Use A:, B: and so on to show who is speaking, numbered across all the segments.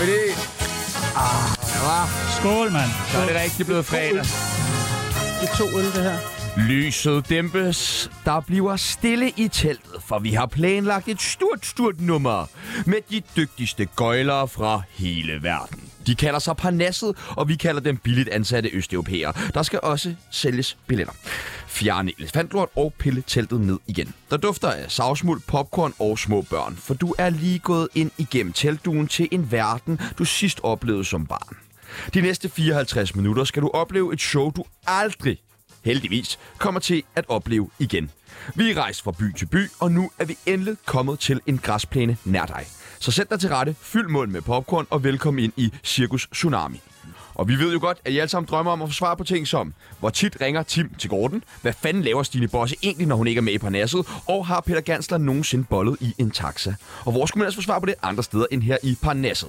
A: vi det. Ah, der var.
B: Skål, mand.
A: Så er det rigtig blevet fredag.
C: Det er to øl, det her.
A: Lyset dæmpes. Der bliver stille i teltet, for vi har planlagt et stort, stort nummer med de dygtigste gøjlere fra hele verden. De kalder sig Parnasset, og vi kalder dem billigt ansatte østeuropæere. Der skal også sælges billetter. Fjerne elefantlort og pille teltet ned igen. Der dufter af savsmuld, popcorn og små børn, for du er lige gået ind igennem teltduen til en verden, du sidst oplevede som barn. De næste 54 minutter skal du opleve et show, du aldrig heldigvis, kommer til at opleve igen. Vi er rejst fra by til by, og nu er vi endelig kommet til en græsplæne nær dig. Så sæt dig til rette, fyld munden med popcorn og velkommen ind i Cirkus Tsunami. Og vi ved jo godt, at I alle sammen drømmer om at få svar på ting som, hvor tit ringer Tim til Gordon, hvad fanden laver Stine Bosse egentlig, når hun ikke er med i Parnasset, og har Peter Gansler nogensinde bollet i en taxa? Og hvor skulle man ellers få svar på det andre steder end her i Parnasset?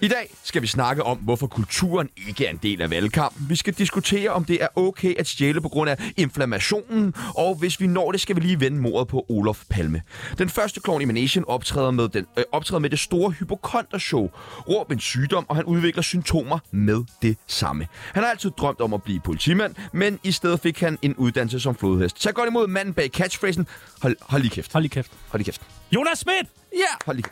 A: I dag skal vi snakke om, hvorfor kulturen ikke er en del af valgkampen. Vi skal diskutere, om det er okay at stjæle på grund af inflammationen, og hvis vi når det, skal vi lige vende mordet på Olof Palme. Den første klovn i Manation optræder med, den, øh, optræder med det store hypokontershow. Råb en sygdom, og han udvikler symptomer med det samme. Han har altid drømt om at blive politimand, men i stedet fik han en uddannelse som flodhest. Tag godt imod manden bag catchphrasen. Hold, hold lige kæft.
B: Hold lige kæft.
A: Hold lige kæft.
B: Jonas Schmidt!
A: Ja! Hold lige,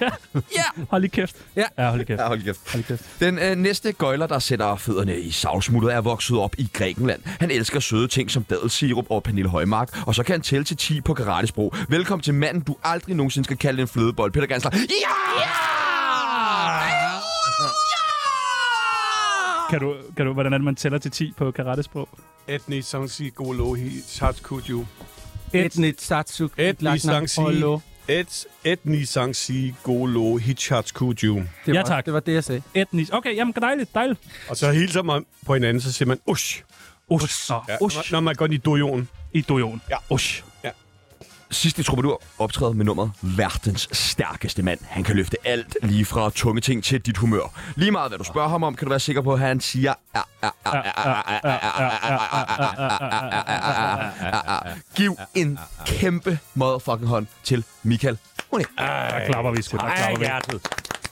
B: ja.
A: ja!
B: Hold lige kæft.
C: Ja.
B: ja hold lige kæft.
A: Ja, hold lige kæft.
B: Hold lige kæft.
A: Den øh, næste gøjler, der sætter fødderne i savsmuldet, er vokset op i Grækenland. Han elsker søde ting som dadelsirup og Pernille Højmark, og så kan han tælle til 10 på karatesprog. Velkommen til manden, du aldrig nogensinde skal kalde en flødebold, Peter Gansler. Ja! ja!
D: Ah.
B: Kan du, kan du, hvordan er det, man tæller til 10 på karatesprog?
E: Etni Sangsi Golohi Tatskudju.
C: Etnit Satsuk.
E: Etni Sangsi. Et, etni Sangsi Golohi Tatskudju.
C: Det
B: Ja,
C: var,
B: tak.
C: Det var det, jeg sagde.
B: Etnisk. Okay, jamen dejligt, dejligt.
E: Og så hilser man på hinanden, så siger man usch.
B: Ush. Nå,
E: Ja,
B: Ush.
E: Når man går i dojonen.
B: I dojon.
E: Ja.
B: Ush.
A: Sidst i Troubadour optræder med nummeret Verdens stærkeste mand. Han kan løfte alt, lige fra tunge ting til dit humør. Lige meget hvad du spørger ham om, kan du være sikker på, at han siger... "Ah, ah, ah, ah, ah, ah, ah, ah, ah, ah, ah, ah, ah, ah, ah." Giv en kæmpe motherfucking hånd til Michael Hune.
B: Der klapper vi sgu. Der klapper
D: Af
B: vi.
D: hjertet.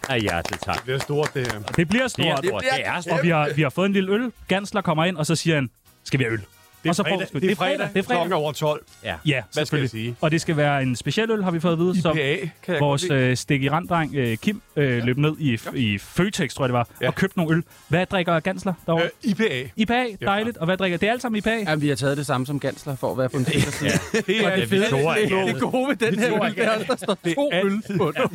D: Af hjertet, tak.
E: Det er stort, det her.
B: Det bliver
D: Det er
B: stort.
D: stort. Det er
B: Og
D: stort.
B: vi har, vi har fået en lille øl. Gansler kommer ind, og så siger han, skal vi have øl? Det og så får vi sgu-
E: det er fredag.
B: Det er fredag.
E: Klokken er over 12.
D: Ja.
B: Ja,
E: Hvad skal jeg
B: selvfølgelig.
E: sige?
B: Og det skal være en speciel øl, har vi fået at vide, som
E: IPA, kan jeg
B: vores
E: godt lide.
B: øh, stik i randdreng øh, Kim øh, løb ned i, f- i Føtex, tror jeg det var,
E: Ja.
B: og købte nogle øl. Hvad drikker Gansler derovre?
E: Øh, IPA.
B: IPA, dejligt. Og hvad drikker? Det er alt sammen IPA.
C: Jamen, vi har taget det samme som Gansler for at være på en sikker side.
E: Det er
D: det fede. Victoria.
C: Det gode ved den her
B: tror
C: øl, det er, at der står to
E: er
C: øl på den.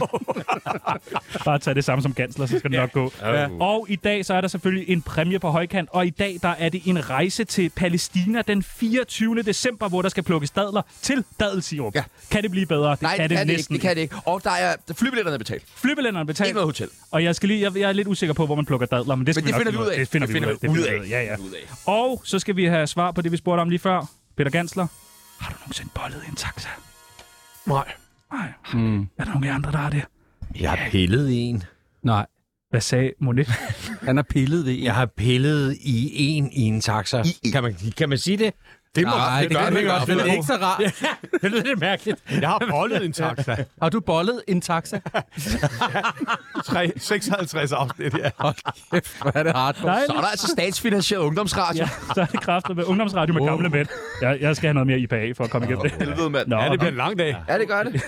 B: Bare tag det samme som Gansler, så skal det nok gå.
D: Ja.
B: Og i dag, så er der selvfølgelig en præmie på højkant. Og i dag, der er det en rejse til Palæstina den 24. december, hvor der skal plukkes dadler til dadelsirup.
A: Ja.
B: Kan det blive bedre? Det
A: Nej,
B: kan
A: det kan det ikke.
B: næsten.
A: Det kan det ikke. Og der er flybilletterne er betalt.
B: Flybilletterne betalt.
A: Ikke noget hotel.
B: Og jeg, skal lige, jeg, jeg er lidt usikker på, hvor man plukker dadler, men det, skal
A: Men det
B: vi nok
A: finder vi ud af.
B: Det finder,
A: Det
B: vi ud af.
A: finder vi
B: Det
A: ud af.
B: Ja, ja.
A: Ud af.
B: Og så skal vi have svar på det, vi spurgte om lige før. Peter Gansler, har du nogensinde bollet i en taxa?
E: Nej.
B: Nej. Mm.
A: Hmm.
B: Er der nogen af jer andre, der har det?
D: Jeg har pillet i en.
C: Nej,
B: Hvad sagde Monet?
C: han har pillet det i.
D: Jeg har pillet i en i en taxa. Kan man, kan man sige det?
E: Det må
C: Nej, det,
E: gør
C: kan
E: man
C: vi godt.
E: i hvert
C: Det er
E: fald.
C: ikke så rart.
D: Det lyder lidt mærkeligt.
E: Jeg har bollet en taxa.
C: Har du bollet en taxa?
E: 3, 56 afsnit, ja.
C: Hold kæft, hvor er det hardcore.
A: Så er der altså statsfinansieret ungdomsradio.
B: Ja, så er det kræfter med ungdomsradio med gamle mænd. Jeg, jeg skal have noget mere IPA for at komme igennem det.
A: Helvede, mand.
B: Nå,
E: Ja, det bliver en lang dag.
A: Ja, det gør det.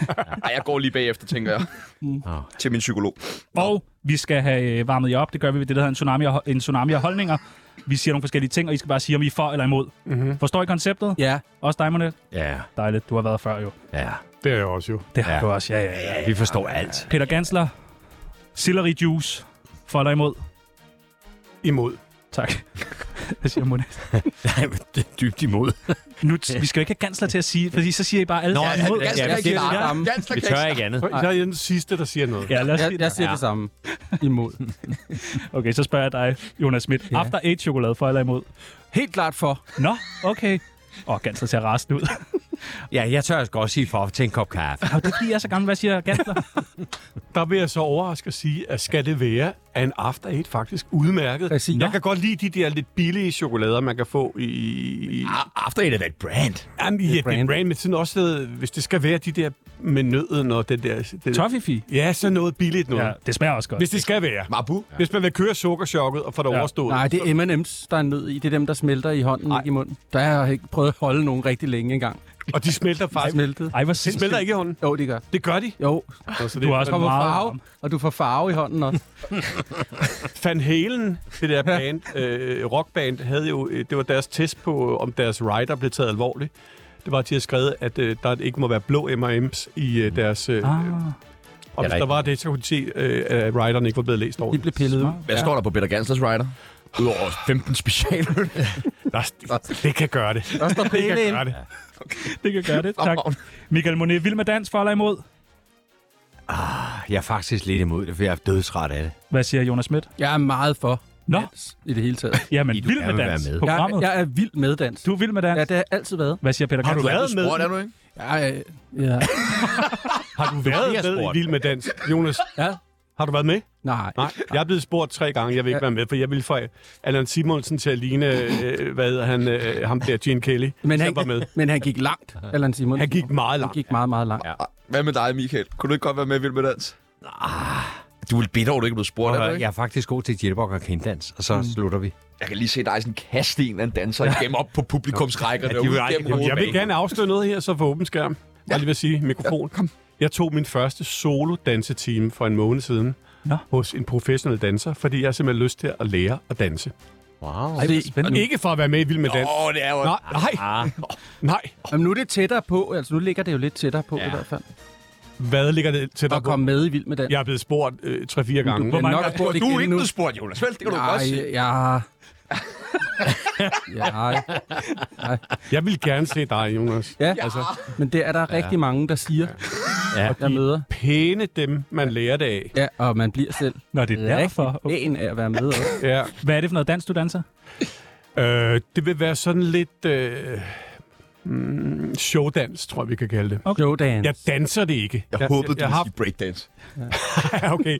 A: Ej, jeg går lige bagefter, tænker jeg. Til min psykolog.
B: og vi skal have øh, varmet jer op. Det gør vi ved det, der hedder en tsunami, af- en tsunami af holdninger. Vi siger nogle forskellige ting, og I skal bare sige, om I er for eller imod. Mm-hmm. Forstår I konceptet?
C: Ja,
B: Også dig, Monet?
D: Ja,
B: Dejligt. Du har været før jo.
D: ja.
E: Det er jeg også jo.
B: Det har
D: Ja.
B: du også. Ja, ja, ja.
D: Vi forstår alt.
B: Peter Gansler, Celery Juice, for eller imod?
E: Imod.
B: Tak. Jeg siger Monet.
D: Nej, men det er dybt imod.
B: Nu, t- vi skal jo ikke have Gansler til at sige, fordi så siger I bare alle
D: Nå,
B: sammen
D: ja,
B: imod.
D: ja,
A: Gansler
D: ja,
A: kan ikke
C: det er det
A: starte.
C: samme.
A: Gansler
D: Vi
A: kan ikke
D: tør ikke andet.
E: Jeg er den sidste, der siger noget.
B: Ja, lad os
C: jeg,
B: sige
C: jeg
B: det.
C: siger det samme. Imod.
B: Okay, så spørger jeg dig, Jonas Schmidt. Ja. After 8 chokolade for eller imod?
C: Helt klart for.
B: Nå, okay. Åh, oh, Gansler ser resten ud.
D: Ja, jeg tør også godt sige for til en kop kaffe.
B: Og det er fordi, jeg er så gammel. Hvad siger Gantler?
E: Der vil jeg så overraske at sige, at skal det være, er en after eight faktisk udmærket.
C: Præcis.
E: Jeg
C: Nå.
E: kan godt lide de der lidt billige chokolader, man kan få i... i...
A: After Eight er da et brand.
E: Jamen, ja, det er
C: brand.
E: brand, men sådan også, øh, hvis det skal være de der med nødden og den der... Den...
B: Toffifee.
E: Ja, så noget billigt noget.
B: Ja,
E: Ja.
B: det smager også godt.
E: Hvis det skal være.
A: Mabu.
E: Hvis man vil køre sukkerchokket og få det
B: Ja.
E: ja. overstået.
C: Nej, det er M&M's, der er nød i. Det er dem, der smelter i hånden, ikke i munden. Der har jeg ikke prøvet at holde nogen rigtig længe engang.
E: Og de smelter
C: Ej,
E: faktisk.
C: smeltet.
B: Ej, hvor
E: De smelter
B: sindssygt.
E: ikke i hånden.
C: Jo, det gør.
E: Det gør de.
C: Jo,
E: Altså,
B: Du har også
C: kommer
B: Meget
C: farve,
B: varm.
C: og du får farve i hånden også.
E: Van Halen, det der band, øh, rockband, havde jo, øh, det var deres test på, øh, om deres rider blev taget alvorligt. Det var, at de havde skrevet, at øh, der ikke må være blå M&M's i øh, deres... Øh, ah,
B: Ah,
E: og hvis der
D: rigtigt.
E: var det, så kunne de se, øh, at rideren ikke var blevet læst
C: De
E: ordentligt.
C: blev pillet ud.
A: Hvad står der på Peter Ganslers Rider? Udover 15 specialer.
E: Der, det kan gøre det.
C: Der står
E: Det
C: pæle
E: kan
C: ind.
E: gøre det.
B: det kan gøre det. Tak. Michael Monet, vild med dans for eller imod?
D: Jeg er faktisk lidt imod det, for jeg er dødsret af det.
B: Hvad siger Jonas Schmidt?
C: Jeg er meget for
B: Nå,
C: dans i det hele taget.
B: jamen,
D: Fordi du
B: vild
D: gerne
B: med
D: vil
B: dans.
D: være med.
C: Jeg,
B: Programmet.
C: jeg er vild med dans.
B: Du er vild med dans.
C: Ja, det har jeg altid været.
B: Hvad siger Peter
E: Har du
B: Kantor?
E: været med?
A: Sport, er du ikke?
C: Jeg, er- ja.
E: Har du
D: har
E: været med
D: spurgt.
E: i Vild med Dans, Jonas?
C: ja.
E: Har du været med?
C: Nej.
E: Nej, jeg er blevet spurgt tre gange, jeg vil ikke
C: Ja.
E: være med, for jeg ville få Allan Simonsen til at ligne, øh, hvad hedder han, øh, ham der, Gene Kelly.
C: Men han,
E: jeg var med.
C: men han gik langt, Allan Simon.
E: Han gik meget langt.
C: Han gik meget, meget langt.
D: Ja.
C: Ja.
A: Hvad med dig, Michael? Kunne du ikke godt være med i Vild med Dans? Ah, Du er lidt bitter over, at du ikke er blevet spurgt. Er du
D: Jeg
A: ikke?
D: er faktisk god til jitterbog og kendans, og så mm. slutter vi.
A: Jeg kan lige se dig sådan kaste en eller anden danser igennem op på publikumsrækker.
D: Ja,
A: Ja,
D: de
A: de
D: vil ej-
A: igennem
D: jamen,
E: Jeg vil gerne afsløre noget her, så for åben skærm. Jeg lige vil sige, mikrofon.
A: Ja, kom.
E: Jeg tog min første solo dansetime for en måned siden
B: Nå.
E: hos en professionel danser, fordi jeg har simpelthen lyst til at lære at danse.
D: Wow.
C: Ej, hvor
E: Og
B: spændende.
E: ikke for at være med i Vild med Dans.
A: Åh, det er jo...
E: Nej, nej,
D: Ah,
E: nej.
C: Jamen, nu er det tættere på. Altså, nu ligger det jo lidt tættere på
D: Ja.
C: ja. i hvert fald.
E: Hvad ligger det til
C: At
E: dig
C: komme med i Vild med dans.
E: Jeg er blevet spurgt øh, 3-4 gange.
C: Hvor mange
A: Du
C: gange spurgt
A: er ikke
C: igen nu?
A: blevet spurgt, Jonas. Vel, det kan du
C: Nej,
A: godt se.
C: jeg... ja,
E: Jeg vil gerne se dig, Jonas.
C: ja. Altså, men det er der ja. rigtig mange, der siger,
D: Ja.
C: ja. jeg møder.
E: Pæne dem, man lærer det af.
C: Ja, og man bliver selv
B: Nå, det er derfor.
C: rigtig pæn af at være med. Også.
E: Ja.
B: Hvad er det for noget dans, du danser?
E: Øh, det vil være sådan lidt øh, mm, showdans, tror jeg, vi kan kalde det.
C: Okay. Showdance.
E: Jeg danser det ikke.
A: Jeg håbede, du
E: jeg,
A: ville
E: har-
A: sige breakdance.
E: Ja, okay.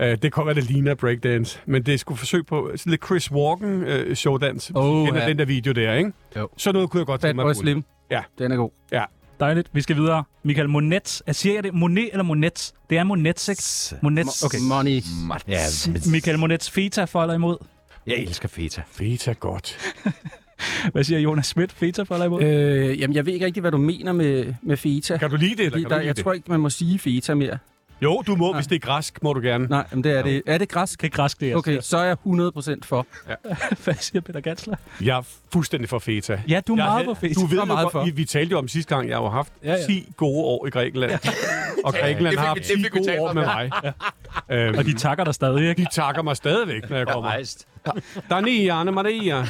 E: Øh, det kommer, det ligner breakdance. Men det skulle forsøg på sådan lidt Chris Walken øh, showdans.
C: Oh,
E: Kender
C: ja.
E: den der video der, ikke?
C: Jo.
E: Så noget kunne jeg godt
C: Bad
E: tænke mig.
C: Boy
E: at bruge.
C: Slim.
E: Ja.
C: Den er god.
B: Dejligt. Vi skal videre. Michael Monet. Er, siger jeg det? Monet eller Monet? Det er Monet, ikke? Monet. Okay.
C: Money.
D: ja, men
B: Michael Monets feta for eller imod?
D: jeg elsker feta.
E: Feta godt.
B: Hvad siger Jonas Schmidt? Feta for eller imod?
C: Øh, jamen, jeg ved ikke rigtig, hvad du mener med, med feta.
E: Kan du lide det, eller
C: Fordi
E: kan du
C: der,
E: lide
C: jeg
E: det?
C: tror ikke, man må sige feta mere.
E: Jo, du må, hvis det er græsk, må du gerne.
C: Nej, men det er det. Er det græsk?
B: Det er græsk, det er.
C: Okay, så er jeg 100% for.
B: Hvad siger Peter Gansler?
E: Jeg er fuldstændig for feta.
B: Ja, du er
E: Jeg
B: meget
E: havde-
B: på feta.
E: Du ved
C: Jeg er
E: jo
C: meget
E: godt,
C: for.
E: vi, vi talte jo om sidste gang, jeg har jo haft ja,
B: ja.
E: ja. 10 gode år i Grækenland. Ja. Og Grækenland
A: det
E: har
A: fik
E: haft
A: vi- det fik
E: 10
A: vi
E: gode
A: talt
E: år
A: om,
E: med
A: ja.
E: mig. Ja. Øhm,
B: Og de takker dig stadig, ikke?
E: de takker mig stadigvæk, når jeg kommer.
D: Rejst.
E: Der er ni, Anne Maria.
B: Ja,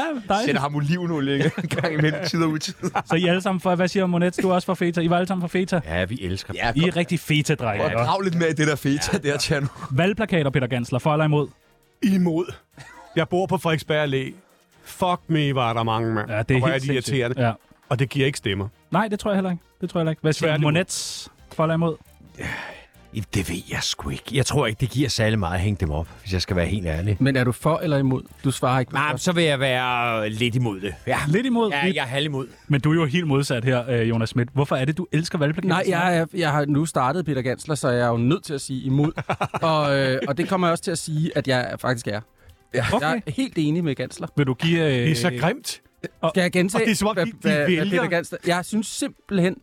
B: dejligt.
A: Sætter ham olivenolie ikke? en gang imellem tid og utid.
B: Så I er alle sammen for, hvad siger Monet? Du er også for feta. I var alle sammen for feta.
D: Ja, vi elsker
A: Ja,
B: I
A: kom.
B: er rigtig feta-drenge.
A: Og
B: Ja.
A: grav lidt mere i det der feta der, Tjerno.
B: Valgplakater, Peter Gansler, for eller imod?
E: imod. Jeg bor på Frederiksberg Allé. Fuck me, var der mange, mand.
B: Ja, det er
E: og hvor
B: helt
E: de
B: sindssygt.
E: irriterende. Ja.
B: Ja.
E: Og det giver ikke stemmer.
B: Nej, det tror jeg heller ikke. Det tror jeg heller ikke. Hvad siger
E: Tværtimod.
B: Monet? For eller imod?
D: Jamen, Det ved jeg sgu ikke. Jeg tror ikke, det giver særlig meget at hænge dem op, hvis jeg skal være helt ærlig.
C: Men er du for eller imod? Du svarer ikke.
D: Nej, så vil jeg være lidt imod det. Ja,
B: Lidt imod.
D: ja
B: lidt-
D: jeg er halv imod.
B: Men du er jo helt modsat her, øh, Jonas Schmidt. Hvorfor er det, du elsker valgplakater?
C: Nej, jeg, er- jeg har nu startet Peter Gansler, så jeg er jo nødt til at sige imod. og, øh, og det kommer jeg også til at sige, at jeg faktisk er.
B: okay.
C: Jeg er helt enig med Gansler.
B: Vil du give... Øh,
E: Det er så grimt.
C: Skal jeg gentage,
E: og det er som om, de- de vælger-
C: Peter Gansler... Jeg synes simpelthen,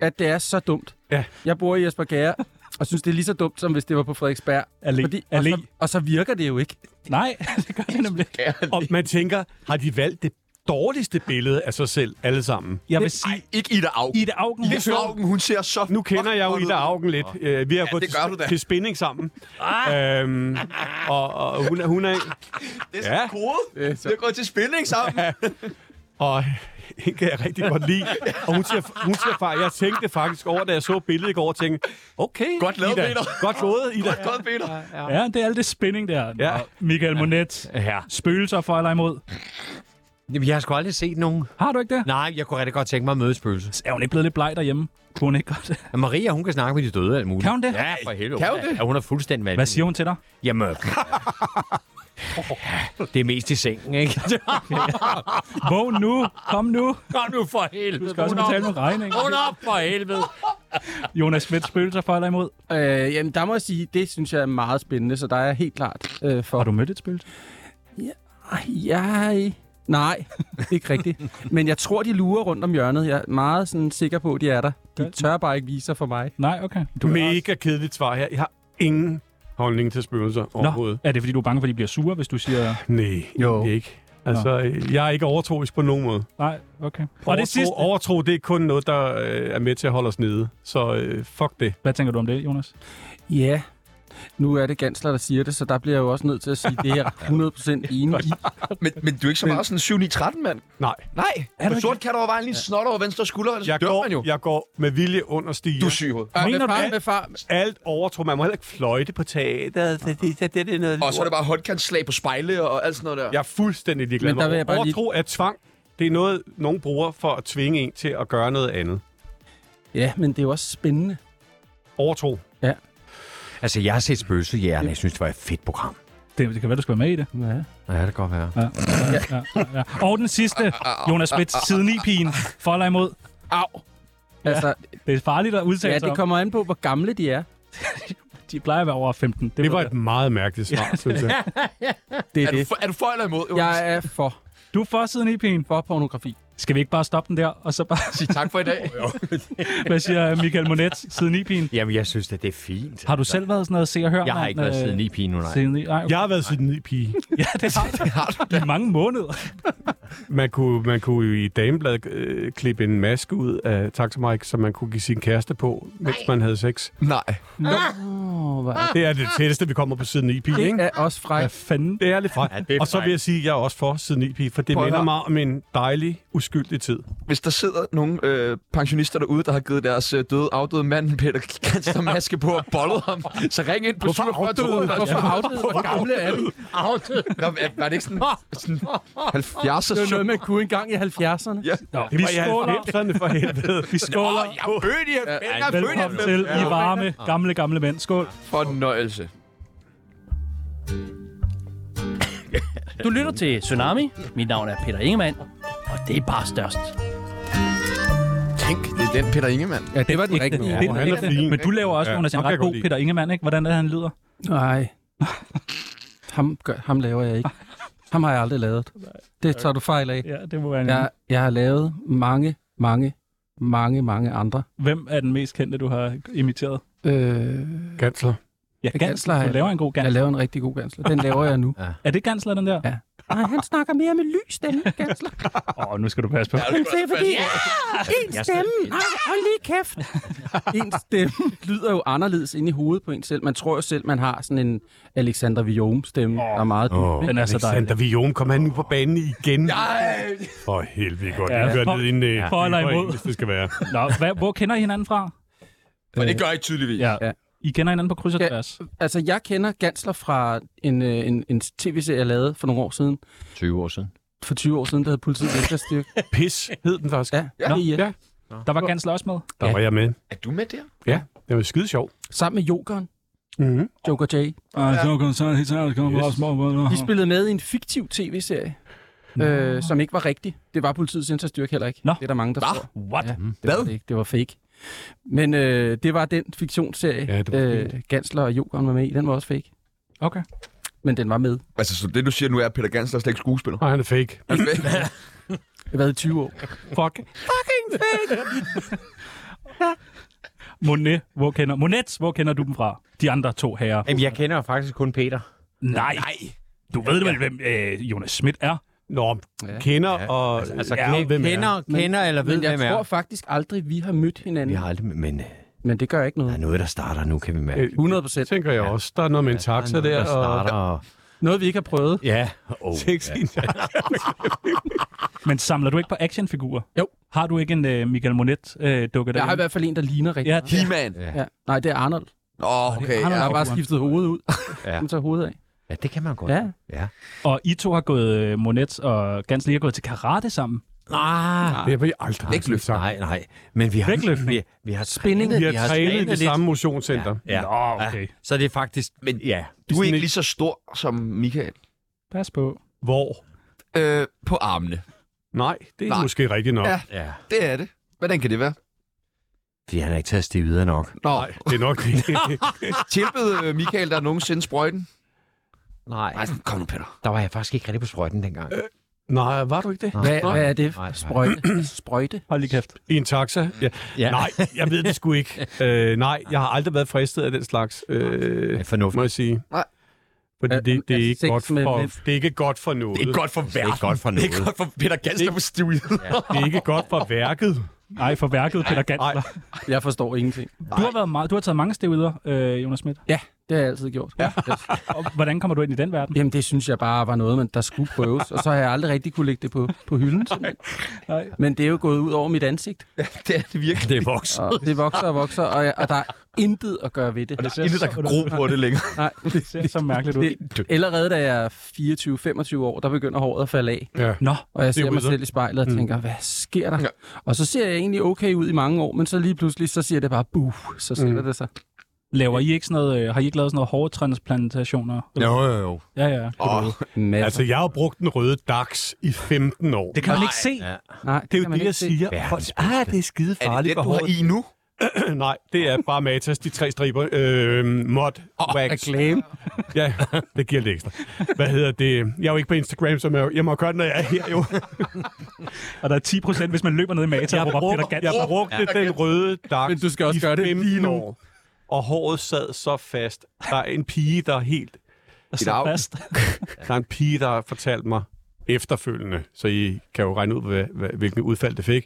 C: at det er så dumt.
E: Ja.
C: Jeg bor i Jesper Gære, og synes, det er lige så dumt, som hvis det var på Frederiksberg.
B: Allé.
C: og,
B: Allé.
C: så, og så virker det jo ikke.
B: Nej, det gør det nemlig. ikke.
E: Og man tænker, har de valgt det dårligste billede af sig selv, alle sammen?
B: Jeg vil sige,
A: Ej, ikke Ida Augen.
B: Ida Augen, hun
A: Ida Augen, hun ser så...
E: Nu kender jeg jo Ida Augen lidt. Øh, Vi har gået
A: det gør du
E: til,
A: da.
E: til spænding sammen. Øhm, og, og hun er... Hun er
A: Det er
E: Ja.
A: sådan en kode. Vi har gået til spænding sammen.
E: og hende kan jeg rigtig godt lide. Og hun ser, hun ser far, jeg tænkte faktisk over, da jeg så billedet i går, og tænkte, okay,
A: Godt lavet,
E: Ida,
A: Peter.
E: Godt gået, Ida.
A: Godt, Peter.
B: Ja, det er alt det spænding der.
E: Ja.
B: Nå, Michael Monet,
D: Ja.
B: spøgelser for eller imod?
D: Jamen, jeg har sgu aldrig set nogen.
B: Har du ikke det?
D: Nej, jeg kunne rigtig godt tænke mig at møde et spøgelse.
B: Er hun ikke blevet lidt bleg derhjemme? Kunne hun ikke godt?
D: Men Maria, hun kan snakke med de døde og alt muligt.
B: Kan hun det?
D: Ja, for helvede.
A: Kan hun det?
D: Ja, hun er fuldstændig valgt.
B: Hvad siger hun til dig?
D: Jamen, øh, det er mest i sengen, ikke?
B: Vågn nu! Kom nu!
D: Kom nu for helvede.
B: Du skal også
D: Vågn op.
B: betale nogle regninger.
D: Vågn op for helvede.
B: Jonas Schmidt spøgelser for eller imod.
C: Øh, jamen, der må jeg sige, det synes jeg er meget spændende, så der er jeg helt klart øh, for.
B: Har du mødt et spøgelse?
C: Ej, jeg... Nej, ikke rigtigt. Men jeg tror, de lurer rundt om hjørnet. Jeg er meget sådan, sikker på, at de er der. De tør bare ikke vise sig for mig.
B: Nej, okay. Du
E: Du Mega kedeligt svar her. Jeg har ingen holdning til spøgelser
B: Nå,
E: overhovedet.
B: er det fordi, du er bange for, at de bliver sure, hvis du siger...
E: Nej, jo. ikke. Altså, øh, jeg er ikke overtroisk på nogen måde.
B: Nej, okay. Og
E: Overtro,
B: det sidste...
E: overtro, det er kun noget, der øh, er med til at holde os nede. Så øh, fuck det.
B: Hvad tænker du om det, Jonas?
C: Ja, nu er det Gansler, der siger det, så der bliver jeg jo også nødt til at sige, at det er jeg 100% enig i.
A: Men, men du er ikke så meget sådan 7-9-13, mand.
E: Nej.
A: Nej, er du sort kat over vejen, lige en snot over venstre skulder, ellers
E: Jeg
A: dør
E: går,
A: man jo.
E: jeg går med vilje under stiger.
A: Du er syg i hovedet.
C: Ej,
B: Mener
C: med
B: du
C: far,
B: det?
C: med far.
E: Alt overtro. Man må heller ikke fløjte på teateret. Det, det, det, det, det er noget
A: Og så er det bare håndkantslag på spejle og alt sådan noget der.
E: Jeg er fuldstændig ligeglad
C: Men der
E: med
C: vil jeg bare lige-
E: overtro er tvang. Det er noget, nogen bruger for at tvinge en til at gøre noget andet.
C: Ja, men det er jo også spændende.
E: Overtro.
D: Altså, jeg har set spøgelsehjerne. Jeg synes, det var et fedt program.
B: Det, det kan være, du skal være med i det.
C: Ja.
D: Ja, det kan godt være.
B: Ja, ja, ja, ja. Og den sidste, Jonas Schmidt, side 9-pigen, for eller imod.
C: Altså,
B: Det er farligt at udtale
C: ja,
B: sig
C: det
B: om.
C: kommer an på, hvor gamle de er.
B: De plejer at være over 15.
E: Det
B: ved
E: var
B: jeg.
E: et meget mærkeligt svar, synes jeg.
C: Det er
A: Er du,
C: det.
A: for, er du for eller imod, Jonas?
C: Jeg er for,
B: Du er for siden i pigen.
C: for pornografi.
B: Skal vi ikke bare stoppe den der, og så bare...
A: Sig tak for i dag.
B: Hvad siger Michael Monet, siden i pigen?
D: Jamen, jeg synes, at det er fint.
B: Har du selv været sådan noget se og hør?
D: Jeg har ikke været siden i pigen nu, nej.
B: Siden i, nej, okay.
E: Jeg har været siden i pige.
B: Ja, det har du. I mange måneder.
E: Man kunne, man kunne jo i damebladet øh, klippe en maske ud af Taxa Mike, som man kunne give sin kæreste på, mens man havde sex.
A: Nej.
C: Åh, hvor er
E: Det er det tætteste, vi kommer på siden i pige,
C: det
E: ikke?
C: er også
B: Hvad
C: frækt.
B: fanden?
E: Det er lidt fra.
D: Ja, det er
E: og så vil
D: frækt.
E: jeg sige, at jeg er også for siden i pige, for det
A: Prøv at
E: minder
A: høre.
E: mig om en dejlig, uskyldig tid.
A: Hvis der sidder nogle øh, pensionister derude, der har givet deres øh, døde, afdøde mand Peter Kanster maske på og bollet ham, så ring ind på 47
C: Hvorfor afdøde? Hvor gamle er de?
A: Nå, men er- var det ikke sådan, sådan 70'er
C: Det var noget, man kunne engang i 70'erne.
A: Ja.
B: Nå, vi
E: Og jeg
B: skåler.
E: er for helvede.
B: Vi skåler.
A: Jeg er født i 90'erne. Jeg er født i
B: Velkommen til
A: 90'erne.
B: I varme, gamle, gamle mænd. Skål.
A: Fornøjelse.
F: Du lytter til Tsunami. Mit navn er Peter Ingemann, og det er bare størst.
A: Tænk, det er den Peter Ingemann.
C: Ja, det var den rigtige.
E: Ja, han er fin.
B: Men du laver også,
E: Ja,
B: Jonas, en
E: ham kan jeg
B: ret
E: godt
B: god
E: lide.
B: Peter Ingemann, ikke? Hvordan er det, han lyder?
C: Nej. Ham, gør, ham laver jeg ikke. Ham har jeg aldrig lavet. Det tager du fejl af.
B: Ja, det må være en
C: Jeg, jeg har lavet mange, mange, mange, mange andre.
B: Hvem er den mest kendte, du har imiteret?
C: Øh,
E: Gansler.
B: Ja,
C: Gansler har
B: Du
C: jeg-
B: laver en god
C: jeg
B: Gansler.
C: laver en rigtig god gansler. Den laver jeg nu.
B: Er det Gansler, den der?
C: Ja. Nej, han snakker mere med lys, den gansler.
B: Åh, oh, nu skal du passe på.
C: Men det er fordi, en stemme, nej, hold lige kæft. en stemme lyder jo anderledes inde i hovedet på en selv. Man tror jo selv, man har sådan en Alexander Viome stemme, der er meget dyb.
E: Åh.
C: ikke?
B: Den er så dejlig.
E: Alexander Vion, kom han nu på banen igen?
A: Ej,
E: For helvede godt.
B: Ja,
E: Ja, gør
B: for-
E: ned inden det.
B: for eller
E: det er
B: imod.
E: en, øh, Hvis det skal være.
B: Nå, hvad, hvor kender I hinanden fra?
A: men det gør I tydeligvis.
B: Ja.
C: Ja.
B: I kender hinanden på kryds og
C: Ja.
B: tværs.
C: Altså, jeg kender Gansler fra en, øh, en, en tv-serie, jeg lavede for nogle år siden.
D: 20 år siden.
C: For 20 år siden, der hed politiet Vinterstyrke.
E: Pis hed den faktisk.
C: Ja,
A: Ja.
C: ja. ja.
E: Ja.
B: Der var Gansler også med.
E: Der var jeg med.
A: Er du med der?
E: Ja, det var skide sjov.
C: Sammen med Jokeren,
E: Mm-hmm.
C: Joker J.
B: Ah, så kan så helt særligt
E: på Yes.
C: De spillede med i en fiktiv tv-serie, øh, som ikke var rigtig. Det var politiets Vinterstyrke heller ikke.
B: Nå.
C: Det er der mange, der
A: Hva?
C: tror.
B: What?
C: Ja, det Mm. Hvad? Var det, ikke. det var fake. Men øh, det var den fiktionsserie,
E: Ja,
C: ja,
E: det var
C: øh, Gansler og Jokeren var med i. Den var også fake.
B: Okay.
C: Men den var med.
A: Altså, så det du siger nu er, at Peter Gansler er slet ikke skuespiller.
E: Og han er fake.
C: Jeg har været i 20 år.
B: Fuck. Fucking fake! Monet, hvor kender, Monet, hvor kender du dem fra? De andre to herrer.
D: Jamen, jeg kender faktisk kun Peter.
B: Nej. Nej. Du ved vel, hvem øh, Jonas Schmidt er?
E: Nå,
C: Ja.
E: kender og...
D: Altså,
B: Ja,
D: ja,
E: hvem er?
D: kender, kender eller ved,
C: Men jeg
D: hvem
C: tror
D: er.
C: faktisk aldrig, vi har mødt hinanden.
D: Vi
C: Ja.
D: har aldrig... Men øh,
C: Men det gør ikke
D: der er
C: noget.
D: noget, der starter nu, kan vi mærke.
C: 100 procent.
E: tænker jeg også. Der er noget med en taxa
D: Der
E: der. Og...
D: starter... og-
C: Noget, vi ikke har prøvet.
D: Ja. Oh,
E: Sex i en taxa.
B: Men samler du ikke på actionfigurer?
C: Jo.
B: Har du ikke en øh, Michael Monet-dukke øh, dukke
C: Jeg har i
B: derhjemme?
C: hvert fald en, der ligner rigtig
B: Ja,
C: meget.
A: He-Man.
C: Ja. Nej, det er Arnold.
A: Nå, okay.
B: Arnold
A: Ja.
C: Han har bare skiftet hovedet ud.
D: Ja.
C: Han tager hovedet af.
D: Ja, det kan man godt.
C: Ja.
D: ja.
B: Og I to har gået, øh, Monet og Gans lige har gået til karate sammen.
D: Ah.
E: Det har vi aldrig
A: Vægtløft.
E: sagt.
D: Nej, nej. Men vi har,
B: Vægtløftning.
D: vi, vi har spændinget.
E: Vi har trænet i det samme motionscenter. Ja.
D: Ja.
B: Nå, okay.
D: Så det er faktisk...
A: Men-
D: ja.
A: Du er ikke lige så stor som Michael.
B: Pas på.
E: Hvor?
A: Øh, på armene.
E: Nej, det
A: Nej.
E: er Nej. måske rigtigt nok.
A: Ja.
E: Ja.
D: ja.
A: Det er det. Hvordan kan det være?
D: Fordi han har ikke taget stiv videre nok.
A: Nå,
E: Det er nok det.
A: tilbød øh, Michael der nogensinde sprøjten?
D: Nej,
A: Nej, kom nu, Peter.
D: Altså, der var jeg faktisk ikke rigtig på sprøjten dengang. Øh,
E: Nej, var du ikke det?
C: Hvad,
E: Nej.
C: hvad er det?
D: Nej, nej.
C: Sprøjte? Sprøjte?
B: Hold lige kæft.
E: I en taxa? Ja.
D: Ja.
E: ja. Nej, jeg ved det sgu ikke. Øh, nej, jeg har aldrig været fristet af den slags, øh, må
D: fornuftigt.
E: jeg sige.
A: Nej.
E: Fordi det,
C: Øh,
E: det, er
C: altså,
E: ikke
C: sex
E: godt for,
C: med- med-
E: det er ikke godt for noget.
A: Det er godt for verden.
D: ikke godt for
A: Det er
D: noget.
A: godt for Peter Gansler på stivet.
E: det er ikke godt for værket.
B: Nej, for værket, Peter
E: Nej,
B: Gansler.
C: Jeg forstår ingenting.
B: Du har, været meget, du har taget mange stivider, øh, Jonas Schmidt.
C: Ja, det har jeg altid gjort. Ja.
B: Og hvordan kommer du ind i den verden?
C: Jamen, det synes jeg bare var noget, man, der skulle prøves, og så har jeg aldrig rigtig kunne lægge det på, på hylden. simpelthen.
B: Nej.
C: Men det er jo gået ud over mit ansigt,
A: det er det virkelig.
D: Det er vokset.
C: og det vokser og vokser, og, jeg, og der er intet at gøre ved det.
A: Der er intet, der kan gro på det længere.
C: Nej,
B: Det ser så mærkeligt ud.
C: det allerede da jeg er 24-25 år, der begynder håret at falde af,
E: ja.
B: Nå,
C: og jeg ser mig
E: rydder.
C: selv i spejlet og tænker, hvad sker der?
A: Ja.
C: Og så ser jeg egentlig okay ud i mange år, men så lige pludselig, så siger det bare, buh, så sætter det sig.
B: laver I ikke sådan noget, øh, har I ikke lavet sådan noget hårtransplantationer?
D: Jo, jo, jo.
B: Ja, ja.
A: Åh,
C: Masser.
E: Altså, jeg har jo brugt den røde DAX i 15 år.
B: Det kan man ikke se.
D: Ja.
C: Nej,
E: det er
C: kan
E: jo det,
C: man
E: jeg
C: ikke se.
E: siger.
D: Verdens
E: Folk- Ah, det er skide
A: er det
E: farligt
A: den, du har i nu?
E: Nej, det er bare Matas, de tre striber. Øh, mod, wax.
C: Reklame.
E: Ja, det giver lidt ekstra. Hvad hedder det? Jeg er jo ikke på Instagram, så jeg- jeg må gøre det, når jeg er her jo.
B: Og der er 10 procent, hvis man løber ned i Mata og råber Peter
E: jeg
B: Gansler.
E: brugte ja. den røde dags
C: Men du skal også gøre det lige nu.
E: År, og håret sad så fast. Der er en pige, der er helt...
B: Jeg
A: Dit arv.
B: fast.
E: Der er en pige, der har fortalt mig efterfølgende, så I kan jo regne ud, hvad, hvad, hvilken udfald det fik,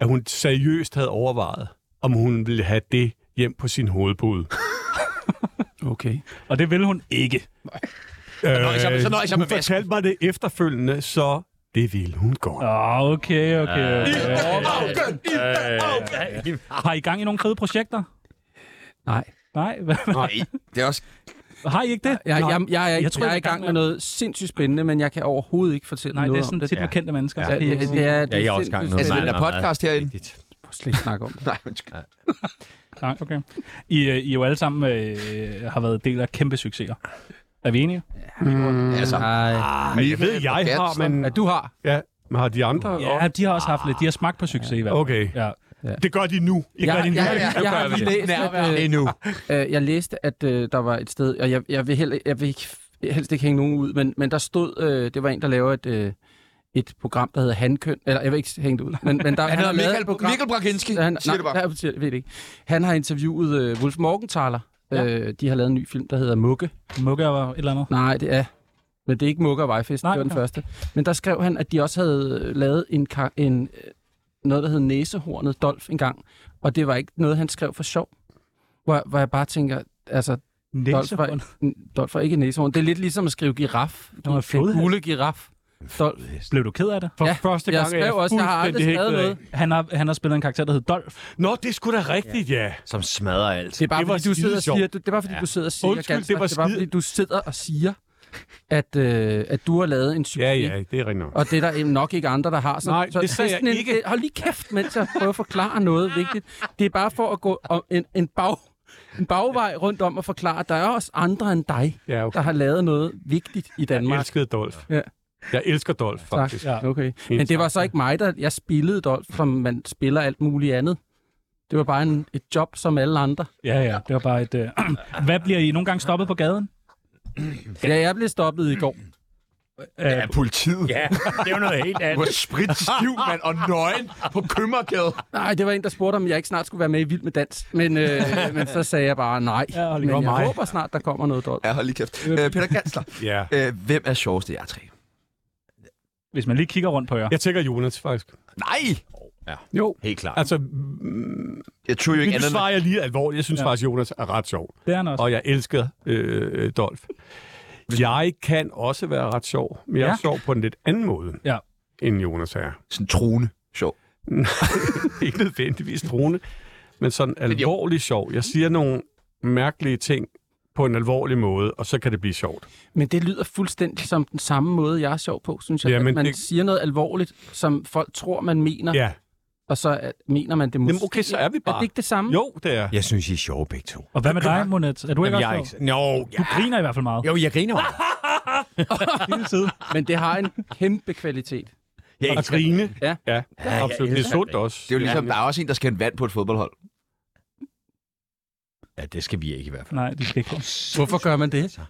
E: at hun seriøst havde overvejet, om hun ville have det hjem på sin hovedpude.
C: Okay.
B: Og det vil hun ikke.
E: Øh,
A: nøjes jeg med- så nøjes jeg
E: hun
A: med vasken.
E: fortalte mig det efterfølgende, så det ville hun godt.
B: Åh, oh, okay, okay. okay. Har I gang i nogle fede projekter?
C: Nej.
B: Nej, hvad-
A: Nej, det er også...
B: har I ikke det?
C: Jeg,
B: Nå.
C: jeg, jeg, er,
B: Jeg
C: jeg,
B: tror,
C: jeg
B: jeg
C: er
B: er
C: i gang med noget sindssindt spændende, men jeg kan overhovedet ikke fortælle
B: Nej, det
C: noget
B: er sådan
C: om det.
B: tit med kendte mennesker.
D: Ja.
B: Ja.
C: det, det, det er, det
D: Ja, jeg er også i gang med noget.
A: Altså,
D: Nej,
A: den der
D: nej, nej.
A: podcast herinde.
D: Vigtigt.
C: Jeg slet ikke snakke om det.
A: Nej, undskyld.
B: Nej, okay. I, øh, I er jo alle sammen øh, har været del af kæmpe succeser. Er vi enige?
A: Altså,
C: Nej.
E: Men jeg ved, jeg har, men,
C: Ja, du har.
E: ja, men har de andre?
B: Ja, de har også haft lidt. De har smagt på succes i hvert fald.
E: Ah. Okay.
B: Ja.
E: Det gør de nu. I
C: Jeg,
E: gør
C: jeg,
E: de nu.
C: jeg, jeg, jeg, har lige læst, at,
A: endnu.
C: øh, øh, jeg læste, at øh, der var et sted, og jeg, jeg vil, heller, jeg vil ikke, helst ikke hænge nogen ud, men, men der stod, øh, det var en, der laver et, øh, et program, der hedder Handkøn, eller jeg vil ikke hænge det ud, men, men der,
A: Han hedder
C: har lavet et
A: Michael,
C: program-
A: Mikkel Brakinski.
C: Så han,
A: Siger det bare.
C: Nej, jeg siger det, ved det ikke. Han har interviewet øh, Wolf Morgenthaler. Ja. Øh, de har lavet en ny film, der hedder Mugge.
B: Mugger var et eller andet.
C: Nej, det er... Men det er ikke Mugge og Vejfest,
B: Nej,
C: det var den
B: ja.
C: første. Men der skrev han, at de også havde øh, lavet en, kar- en øh, noget, der hed Næsehornet Dolf engang. Og det var ikke noget, han skrev for sjov. Hvor, hvor jeg bare tænker, altså, Dolf var,
B: Næsehorn.
C: n- Dolf var ikke en næsehorn. Det er lidt ligesom at skrive giraf.
B: Nå, en flodhest.
C: Den gule giraf. Dolf.
B: Blev du ked af det?
E: For
C: Ja,
E: ja, første
C: jeg
E: gang er
C: skrev også, jeg har aldrig
E: fuldstændig
C: skrevet
E: hægtet af.
C: noget.
B: Han har, han har spillet en karakter, der hedder Dolf.
E: Nå, det er sgu da rigtigt, ja.
D: Som smadrer alt.
C: Det er bare,
E: Det
C: det
E: var
C: fordi, du sidder og
E: skidesjovt.
C: siger, det, det er bare, fordi du sidder og siger,
E: Undskyld,
C: Gansler,
E: det var
C: det, er bare,
E: skide-
C: fordi du sidder og siger, at, øh, at du har lavet en succes.
E: Ja, ja, det er rigtigt nok.
C: Og det er der nok ikke andre, der har. Så,
E: Nej,
C: så
E: det sagde
C: sådan
E: jeg
C: en-
E: ikke.
C: det- Hold lige kæft, mens jeg prøver at forklare noget vigtigt. Det er bare for at gå om en, en, bag, en bagvej rundt om og forklare, at der er også andre end dig,
E: Ja, okay.
C: der har lavet noget vigtigt i
E: Jeg
C: Danmark.
E: elskede Dolf.
C: Ja.
E: Jeg elsker Dolf,
C: Tak.
E: faktisk.
C: Ja. Okay. Men det var så ikke mig, der jeg spillede Dolph, som man spiller alt muligt andet. Det var bare en, et job som alle andre.
B: Ja, ja. Det var bare et... Øh... Hvad bliver I nogle gange stoppet på gaden?
C: Ja, jeg blev stoppet i går.
A: Ja, politiet. Ja,
D: det er jo noget helt
A: du er spritstiv, mand, og nøgen på kømmergade.
C: Nej, det var en, der spurgte, om jeg ikke snart skulle være med i Vild med Dans. Men, øh, men så sagde jeg bare nej.
B: Ja, hold
C: men
B: da op,
C: jeg
B: mig.
C: håber snart, der kommer noget Dolph.
A: Ja, hold lige kæft. Øh, Peter Gansler,
E: Ja.
A: øh, hvem er sjovest i jer tre?
B: Hvis man lige kigger rundt på jer.
E: Jeg tænker Jonas, faktisk.
A: Nej!
E: Jo.
D: Helt klart.
E: Altså, mm,
A: Jeg tror jo ikke andet
E: nu
A: end...
E: svarer jeg lige alvorligt. Jeg synes
B: Ja.
E: ja. faktisk, Jonas er ret sjov.
B: Det er han også.
E: Og jeg elsker øh, øh, Dolf. Jeg kan også være ret sjov, men jeg
B: Ja.
E: er sjov på en lidt anden måde,
B: Ja.
E: end Jonas er.
A: Sådan truende. Sjov.
E: ikke nødvendigvis truende, men sådan
A: jo.
E: alvorlig sjov. Jeg siger nogle mærkelige ting på en alvorlig måde, og så kan det blive sjovt.
C: Men det lyder fuldstændig som den samme måde, jeg er sjov på, synes jeg.
E: Ja,
C: Ja,
E: men
C: man
E: det-
C: det... siger noget alvorligt, som folk tror, man mener, ja.
E: Ja.
C: og så er- mener man det måske.
E: Jamen, okay, så er vi
C: Er det
E: bare...
C: ikke det samme?
E: Jo, det er.
D: Jeg synes, I er sjove begge to.
B: Og hvad med dig, Monet? Er du ikke
D: Jamen,
B: også
D: jeg er
B: sjov?
D: ikke... Nå,
B: Du
D: ja.
B: griner i hvert fald meget.
D: Jo, jeg griner meget.
C: Men det har en kæmpe kvalitet.
D: Jeg
E: Og
D: elsker-
E: grine.
C: Ja.
E: ja. Absolut. Det er sundt også.
A: Det er jo ligesom, der er også en, der skal have vand på et fodboldhold.
D: Ja, det skal vi ikke i hvert fald.
B: Nej, det skal ikke.
C: Hvorfor gør man det?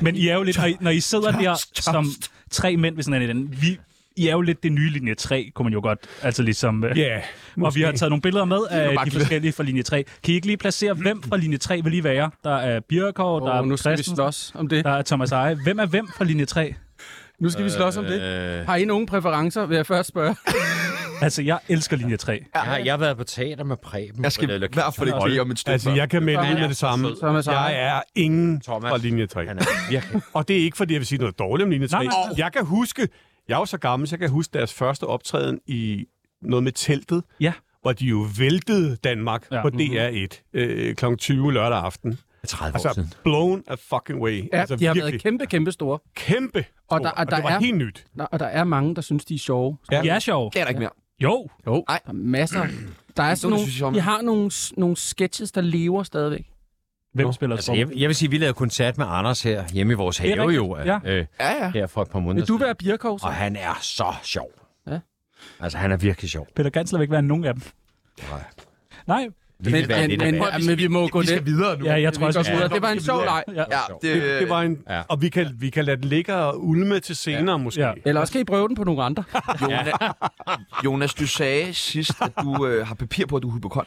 B: Men I er jo lidt, når I, når I sidder der som tre mænd ved sådan en anden, vi, I er jo lidt det nye linje 3, kunne man jo godt, altså ligesom... øh,
E: Ja.
B: og vi har taget nogle billeder med af de
A: glæde.
B: forskellige fra linje 3. Kan I ikke lige placere, hvem fra linje 3 vil I være? Der er Birkov, oh, der er
C: Og nu skal vi
B: Christensen,
C: slås om det.
B: der er Thomas Eje. Hvem er hvem fra linje 3?
C: Nu skal vi slås om
A: Øh.
C: det. Har I nogen præferencer, vil jeg først spørge?
B: Altså, jeg elsker linje 3.
D: Jeg har, jeg har været på teater med Preben.
A: Jeg skal i hvert fald ikke blive om et stykke
E: Altså,
A: før.
E: jeg kan melde ud med det samme.
C: Thomas Eje.
E: Jeg er ingen
D: Thomas.
E: fra linje 3.
D: Han er virkelig...
E: Og det er ikke, fordi jeg vil sige noget dårligt om linje 3.
B: Nej, nej, nej.
E: Jeg kan huske... Jeg er jo så gammel, så jeg kan huske deres første optræden i noget med teltet.
B: Ja.
E: Hvor de jo væltede Danmark
B: Ja.
E: ja. på DR1 øh, kl. 20 lørdag aften.
D: 30 år siden.
E: Altså, blown a fucking way.
C: Ja,
E: altså,
C: de har
E: virkelig
C: været kæmpe, kæmpe store.
E: kæmpe.
C: Og der-
E: store,
C: og der
E: det var
C: er-
E: helt nyt.
C: Nå, og der er mange, der synes, de er sjove.
E: Ja.
B: I er sjov.
A: Det er der ikke mere.
B: Jo,
C: Jo.
A: Ej.
C: Der er masser. Der er sådan
A: det
C: nogle,
A: synes jeg om.
C: vi har nogle, nogle sketches, der lever stadigvæk.
B: hvem spiller
D: Altså,
B: altså,
D: jeg, jeg vil sige, at vi lavede koncert med Anders her hjemme i vores have
B: rigtigt,
D: jo,
B: ja.
D: ja. øh,
A: Ja, ja.
D: her for et par måneder
C: Vil du
D: siden.
C: være Birkov, så?
D: Og han er så sjov.
C: Ja.
D: Altså, han er virkelig sjov.
B: Peter Gansler vil ikke være nogen af dem. Nej.
D: Vi vil være lidt af
C: men,
D: hver.
C: men, men, vi må gå
A: Vi skal
C: det.
A: videre nu.
B: Ja, jeg tror
C: Vi
B: også,
C: går
B: vi skal-
C: videre. Det var en sjov leg.
B: Ja.
A: Ja, det,
E: Det, det var en,
D: Ja.
E: ja. Og vi kan, vi kan lade det ligge og ulme til senere, ja. måske.
B: Ja.
E: Ja.
C: Eller også kan I prøve den på nogle andre.
A: Jonas, Jonas, du sagde sidst, at du øh, har papir på, at du er hypokond.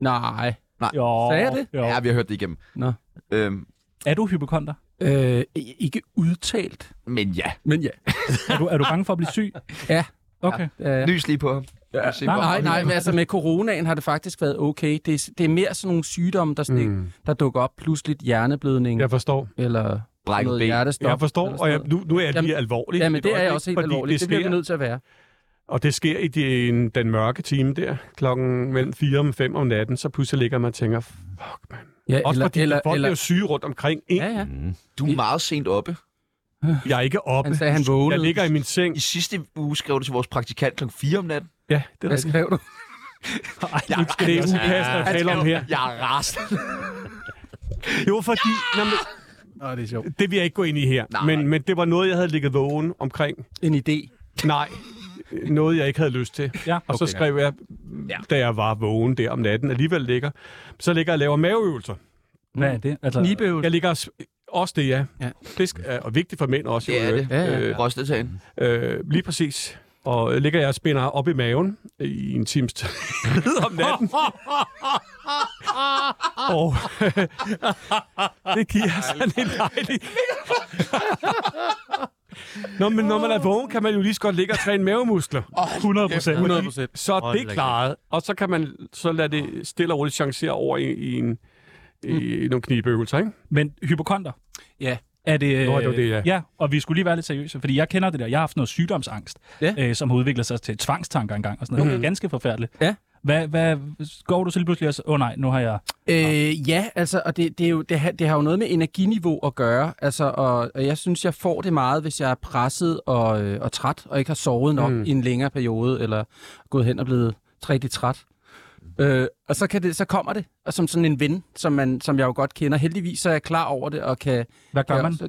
C: Nej.
B: Jo,
C: Sagde jeg det?
B: Jo.
A: Ja, vi har hørt det igennem.
C: Nå.
A: Øhm,
B: Er du hypokonter?
C: Øh, i- ikke udtalt,
A: men ja,
C: men ja.
B: Er du, er du bange for at blive syg?
C: Ja.
B: Okay.
C: Øh,
A: lys lige på ham. Ja. Se,
B: Nej,
A: hvor-
C: nej, nej, men altså med coronaen har det faktisk været okay. Det er, det er mere sådan nogle sygdomme, der, stik, mm. der dukker op. Pludseligt hjerneblødning
E: Jeg forstår.
C: eller
A: Brækket
C: noget
A: ben.
C: hjertestop.
E: jeg forstår,
C: eller
E: og
C: sådan
E: jeg, nu, nu er jeg lige
C: Jamen-
E: alvorlig.
C: noget. Jamen,
E: et
C: det er jeg
E: øjeblik,
C: også helt
E: fordi
C: alvorligt. Det
E: Det
C: bliver vi
E: sker,
C: nødt til at være.
E: og det sker i den, den mørke time der, klokken mellem 4 og 5 om natten, så pludselig ligger man og tænker, fuck man.
C: Ja,
E: Også fordi eller, folk eller, er jo syge rundt omkring. En,
C: Ja, ja.
A: Du er meget sent oppe.
E: Jeg er ikke oppe.
C: Han sagde, han
E: jeg
C: vågnede.
E: ligger i min seng.
A: I sidste uge skrev du til vores praktikant kl. 4 om natten.
E: Ja, det er
C: Hvad
E: rigtigt.
C: skrev du?
E: Ja, det er upassende at tale om her.
A: Jeg er rast.
E: Jo, fordi... Ja! Jamen,
C: Nå, det er sjovt.
E: det vil jeg ikke gå ind i her.
A: Nej.
E: Men, men det var noget, jeg havde ligget vågen omkring.
C: En idé.
E: Nej, noget jeg ikke havde lyst til.
B: Ja.
E: Og så skrev jeg, da jeg var vågen der om natten, alligevel ligger, så ligger jeg og laver maveøvelser.
B: Hvad er det? Altså,
C: Knibeøvel.
E: Jeg ligger og s- også det, ja.
C: Ja.
E: Det sk- er, og vigtigt for mænd også.
A: Det er det.
C: Ja, ja.
E: Øh,
A: Rostetagen.
E: øh, lige præcis. Og øh, ligger jeg og spænder op i maven øh, i en times tid om natten. og det giver altså sådan en dejlig... Nå, men når man er vågen, kan man jo lige så godt ligge og træne mavemuskler.
B: 100 procent.
C: 100 procent.
E: Så er
D: Hold
E: det
D: da
E: klaret, og så kan man så lade det stille og roligt chancere over i, i, en, i
C: Mm.
E: nogle knibeøvelser, ikke?
B: Men hypokonter?
C: Ja.
B: Er det,
E: Nå, det var det, ja.
B: ja. og vi skulle lige være lidt seriøse, fordi jeg kender det der. Jeg har haft noget sygdomsangst,
C: Ja.
B: øh, som har udviklet sig til tvangstanker engang og sådan noget. Mm. Ganske forfærdeligt.
C: Ja.
B: Hvad, hvad, går du så lige pludselig og så- åh oh, nej, nu har jeg...
C: Øh, ja, altså, og det, det, er jo, det, har, det har jo noget med energiniveau at gøre, altså, og, og jeg synes, jeg får det meget, hvis jeg er presset og, øh, og træt, og ikke har sovet nok mm. i en længere periode, eller gået hen og blevet rigtig træt. Øh, og så, kan det, så kommer det, og som sådan en ven, som, man, som jeg jo godt kender. Heldigvis så er jeg klar over det, og kan...
B: Hvad gør
C: kan
B: man?
C: Også,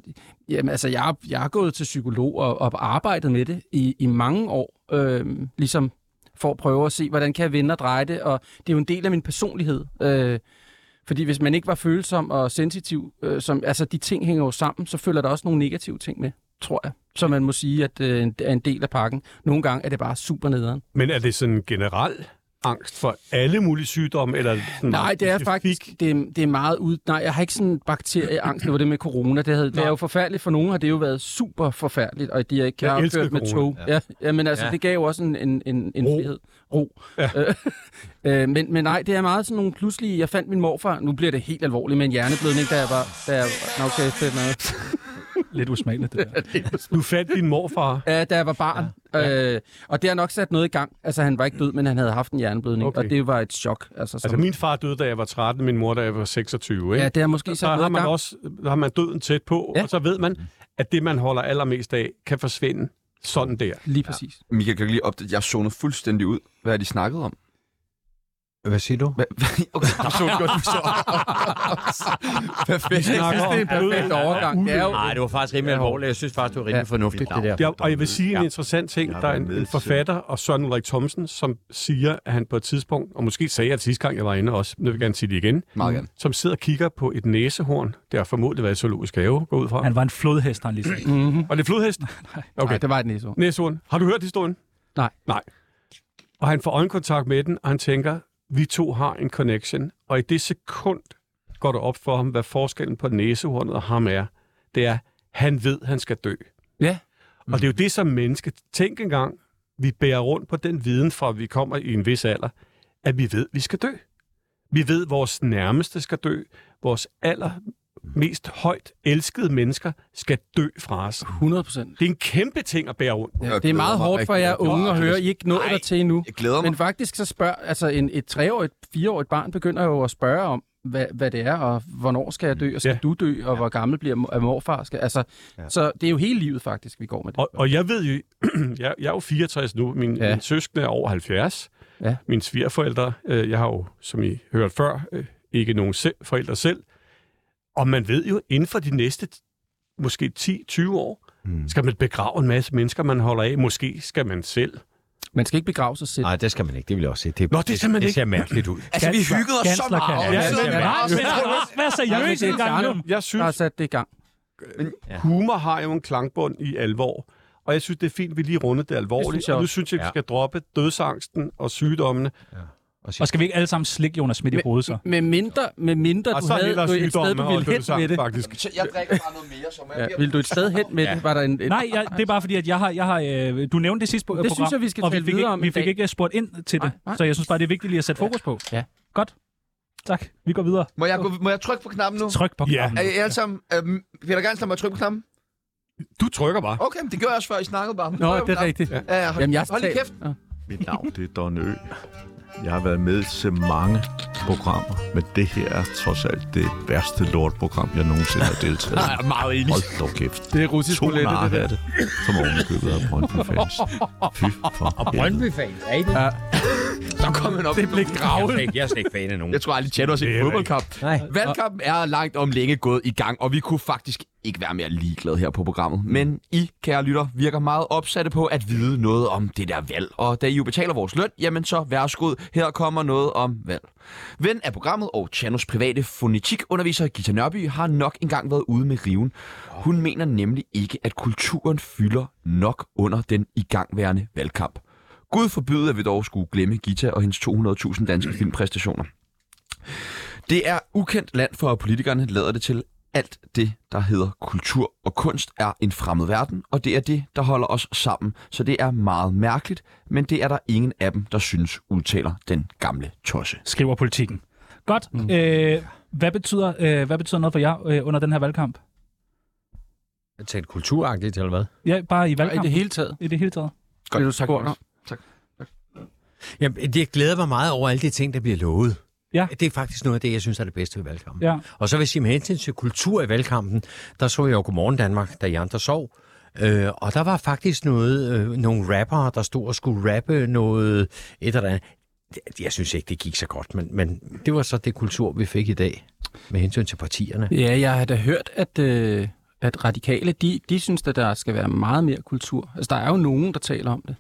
C: jamen, altså, jeg, har- jeg har gået til psykolog og, og arbejdet med det i, i mange år, øh, ligesom for at prøve at se, hvordan kan jeg vende og dreje det, og det er jo en del af min personlighed. Øh, fordi hvis man ikke var følsom og sensitiv, øh, som, altså de ting hænger jo sammen, så følger der også nogle negative ting med, tror jeg. Så man må sige, at øh, er en del af pakken. Nogle gange er det bare super nederen.
E: Men er det sådan en generel angst for alle mulige sygdomme? Eller sådan
C: Nej,
E: meget
C: det er
E: specifik?
C: faktisk det er, det er meget ud... Nej, jeg har ikke sådan bakterieangst. Det var det med corona. Det, havde, det er jo forfærdeligt for nogen, har det jo været super forfærdeligt, og de har ikke
E: Jeg
C: har jo
E: elskede
C: kørt med
E: corona,
C: tog. Ja. ja, men altså,
D: Ja.
C: ja. det gav jo også en, en, en, en
E: Ro.
C: frihed. Ro. Ja. Øh, men, men nej, det er meget sådan nogle pludselige... Jeg fandt min morfar... Nu bliver det helt alvorligt med en hjerneblødning, da jeg var... Da jeg, nå, okay, fedt noget.
B: lidt usmageligt, det der.
E: Du fandt din morfar.
C: Ja, da jeg var barn. Ja. Øh, og det har nok sat noget i gang. Altså, han var ikke død, men han havde haft en hjerneblødning, okay.
E: Okay.
C: og det var et chok. Altså, som,
E: Altså, min far døde, da jeg var 13, min mor, da jeg var 26. Ikke?
C: ja, det har måske
E: så
C: sat noget
E: har
C: i
E: man
C: gang.
E: også der har man døden tæt på,
C: Ja.
E: ja. og så ved man, at det, man holder allermest af, kan forsvinde sådan der.
C: Lige præcis.
A: Michael, kan du lige opdage, jeg zonede fuldstændig ud. Hvad har de snakket om?
D: Hvad siger du?
A: Hvad? Okay, det så godt, du så. Perfekt.
E: snakker om
C: Perfekt overgang. Det er jo,
D: Nej, det var faktisk rimelig alvorligt. Jeg synes faktisk, det var rimelig
C: Ja.
D: fornuftigt, det der.
E: Ja, og jeg vil sige en
D: Ja.
E: interessant ting.
D: Jeg
E: Der er
D: var
E: en,
D: med
E: en
D: til-
E: forfatter, og Søren Ulrik Thomsen, som siger, at han på et tidspunkt, og måske sagde jeg det sidste gang, jeg var inde også, men jeg vil gerne sige det igen,
A: Meget gerne.
E: som sidder og kigger på et næsehorn, der har formodentlig været i zoologisk have, går ud fra.
B: Han var en flodhest, han lige sagde.
E: Og det er flodhesten?
C: okay. Nej,
E: Okay,
C: det var et næsehorn.
E: næsehorn. Har du hørt historien?
C: Nej.
E: Nej. Og han får øjenkontakt med den, og han tænker, vi to har en connection, og i det sekund går det op for ham, hvad forskellen på næsehornet og ham er. Det er, han ved, han skal dø.
C: Ja.
E: Og det er jo det som menneske. Tænk engang, vi bærer rundt på den viden fra, at vi kommer i en vis alder, at vi ved, at vi skal dø. Vi ved, at vores nærmeste skal dø. Vores aller mest højt elskede mennesker skal dø fra os.
C: 100 procent.
E: Det er en kæmpe ting at bære rundt. på.
A: Jeg
C: Det er
A: glæder
C: meget
A: mig
C: hårdt for
A: rigtig
C: jer
A: meget.
C: unge at høre. I er ikke nået
A: Nej.
C: der til endnu.
A: Jeg glæder mig.
C: Men faktisk så spørger, altså en, et treårigt, fireårigt barn begynder jo at spørge om, hvad, hvad det er, og hvornår skal jeg dø, og skal
E: Ja.
C: ja. du dø, og hvor gammel bliver mor- er morfar? Skal, altså, ja. Så det er jo hele livet faktisk, vi går med det.
E: Og, og jeg ved jo, jeg, jeg er jo 64 nu, min, ja.
C: Ja.
E: min søskende er over 70,
C: Ja.
E: mine svigerforældre, øh, jeg har jo, som I hørte før, øh, ikke nogen selv, forældre selv, og man ved jo, inden for de næste måske 10-20 år, mm. skal man begrave en masse mennesker, man holder af, måske skal man selv.
C: Man skal ikke begrave sig selv.
D: Nej, det skal man ikke. Det vil jeg også se. Det,
E: Nå, det er simpelthen
D: det ser mærkeligt ud.
A: Altså, vi hyggede os så
B: Gansler kan-
A: meget.
B: Ja,
A: Ja,
E: det er
B: men Lars,
C: Ja.
B: men Lars, Vær seriøs
C: Ja, men det er
B: en gang
C: Jarno.
B: imellem.
E: Jeg
C: Der har
E: synes,
C: sat det i gang.
E: humor har jo en klangbund i alvor, og jeg synes, det er fint, vi lige rundede det alvorligt,
C: jeg
E: og nu
C: også.
E: synes jeg, vi
D: Ja.
E: skal droppe dødsangsten og sygdommene,
B: Og skal vi ikke alle sammen slikke Jonas Schmidt i hovedet så?
C: Med mindre, med mindre
E: og
C: du
E: så
C: havde
E: hellere
C: du et sted,
E: sygdommene
C: du
E: og
C: ville hen med
E: dødsangsten
C: det.
E: faktisk.
A: Så jeg drikker bare noget mere, så må jeg
C: Ja, ville du et sted hen med det? Var der en, en
B: Nej, jeg, det er bare fordi, at jeg har... Jeg har øh, du nævnte det sidste program,
C: Det synes jeg, vi skal
B: og vi
C: tale
B: fik,
C: videre
B: ikke,
C: om
B: vi
C: i
B: fik
C: dag.
B: ikke spurgt ind til det.
C: Nej, nej.
B: Så jeg synes bare, det er vigtigt lige at sætte fokus på.
C: Ja.
B: Godt. Tak. Vi går videre.
A: Må jeg, gå, må jeg trykke på knappen nu?
B: Tryk på
E: Ja.
B: knappen.
A: Er I alle sammen? Øhm, Peter Gansler, må jeg trykke på knappen?
E: Du trykker bare.
A: Okay, men det gjorde jeg også før, I snakkede bare. Nu
C: Nå,
A: trykker jeg på
C: det er
A: knappen.
C: rigtigt. Ja.
A: Ja, ja, hold,
C: Jamen, jeg
A: hold lige
C: taler-
A: kæft.
C: Ja.
G: Mit navn det er Don Ø. Jeg har været med til mange programmer, men det her er trods alt det værste lortprogram, jeg nogensinde har deltaget i.
D: meget enig.
G: Hold dog kæft.
C: Det er russisk
G: To
C: roulette, det der.
G: narhatte, som ovenikøbet af Brøndby fans. Fy for helvede.
D: Brøndby-fans, er I det?
A: Så kom han op. Det blev
D: Gravel. Jeg, jeg er slet ikke fan af nogen.
A: Jeg tror aldrig, Tjano har set en fodboldkamp.
D: Nej.
A: Valgkampen er langt om længe gået i gang, og vi kunne faktisk ikke være mere ligeglade her på programmet.
D: Mm.
A: Men I, kære lytter, virker meget opsatte på at vide noget om det der valg. Og da I jo betaler vores løn, jamen så værsgod, her kommer noget om valg. Ven af programmet og Chanos private fonetikunderviser Gita Nørby har nok engang været ude med riven. Hun mener nemlig ikke, at kulturen fylder nok under den igangværende valgkamp. Gud forbyde, at vi dog skulle glemme Gita og hendes 200.000 danske filmpræstationer. Det er ukendt land for politikerne, lader det til. Alt det, der hedder kultur og kunst, er en fremmed verden, og det er det, der holder os sammen. Så det er meget mærkeligt, men det er der ingen af dem, der synes udtaler den gamle tosse.
B: Skriver politikken. Godt.
C: Mm.
B: Øh, hvad, betyder, øh, hvad betyder noget for jer øh, under den her valgkamp?
D: Til et kulturagtigt, eller hvad?
B: Ja, bare i
C: I
B: valgkampen.
C: det hele taget.
B: I det hele taget.
A: Godt,
C: Vil du
A: tak,
C: spurgt
A: Magnus.
D: Jamen, det glæder mig meget over alle de ting, der bliver lovet.
B: Ja.
D: Det er faktisk noget af det, jeg synes er det bedste ved valgkampen.
B: Ja.
D: Og så vil jeg sige, med hensyn til kultur i valgkampen, der så jeg jo Godmorgen Danmark, da I andre sov. Øh, og der var faktisk noget, øh, nogle rappere, der stod og skulle rappe noget et eller andet. Det- Jeg synes ikke, det gik så godt, men, men det var så det kultur, vi fik i dag med hensyn til partierne.
C: Ja, jeg har da hørt, at, øh, at radikale, de, de synes, at der skal være meget mere kultur. Altså, der er jo nogen, der taler om det.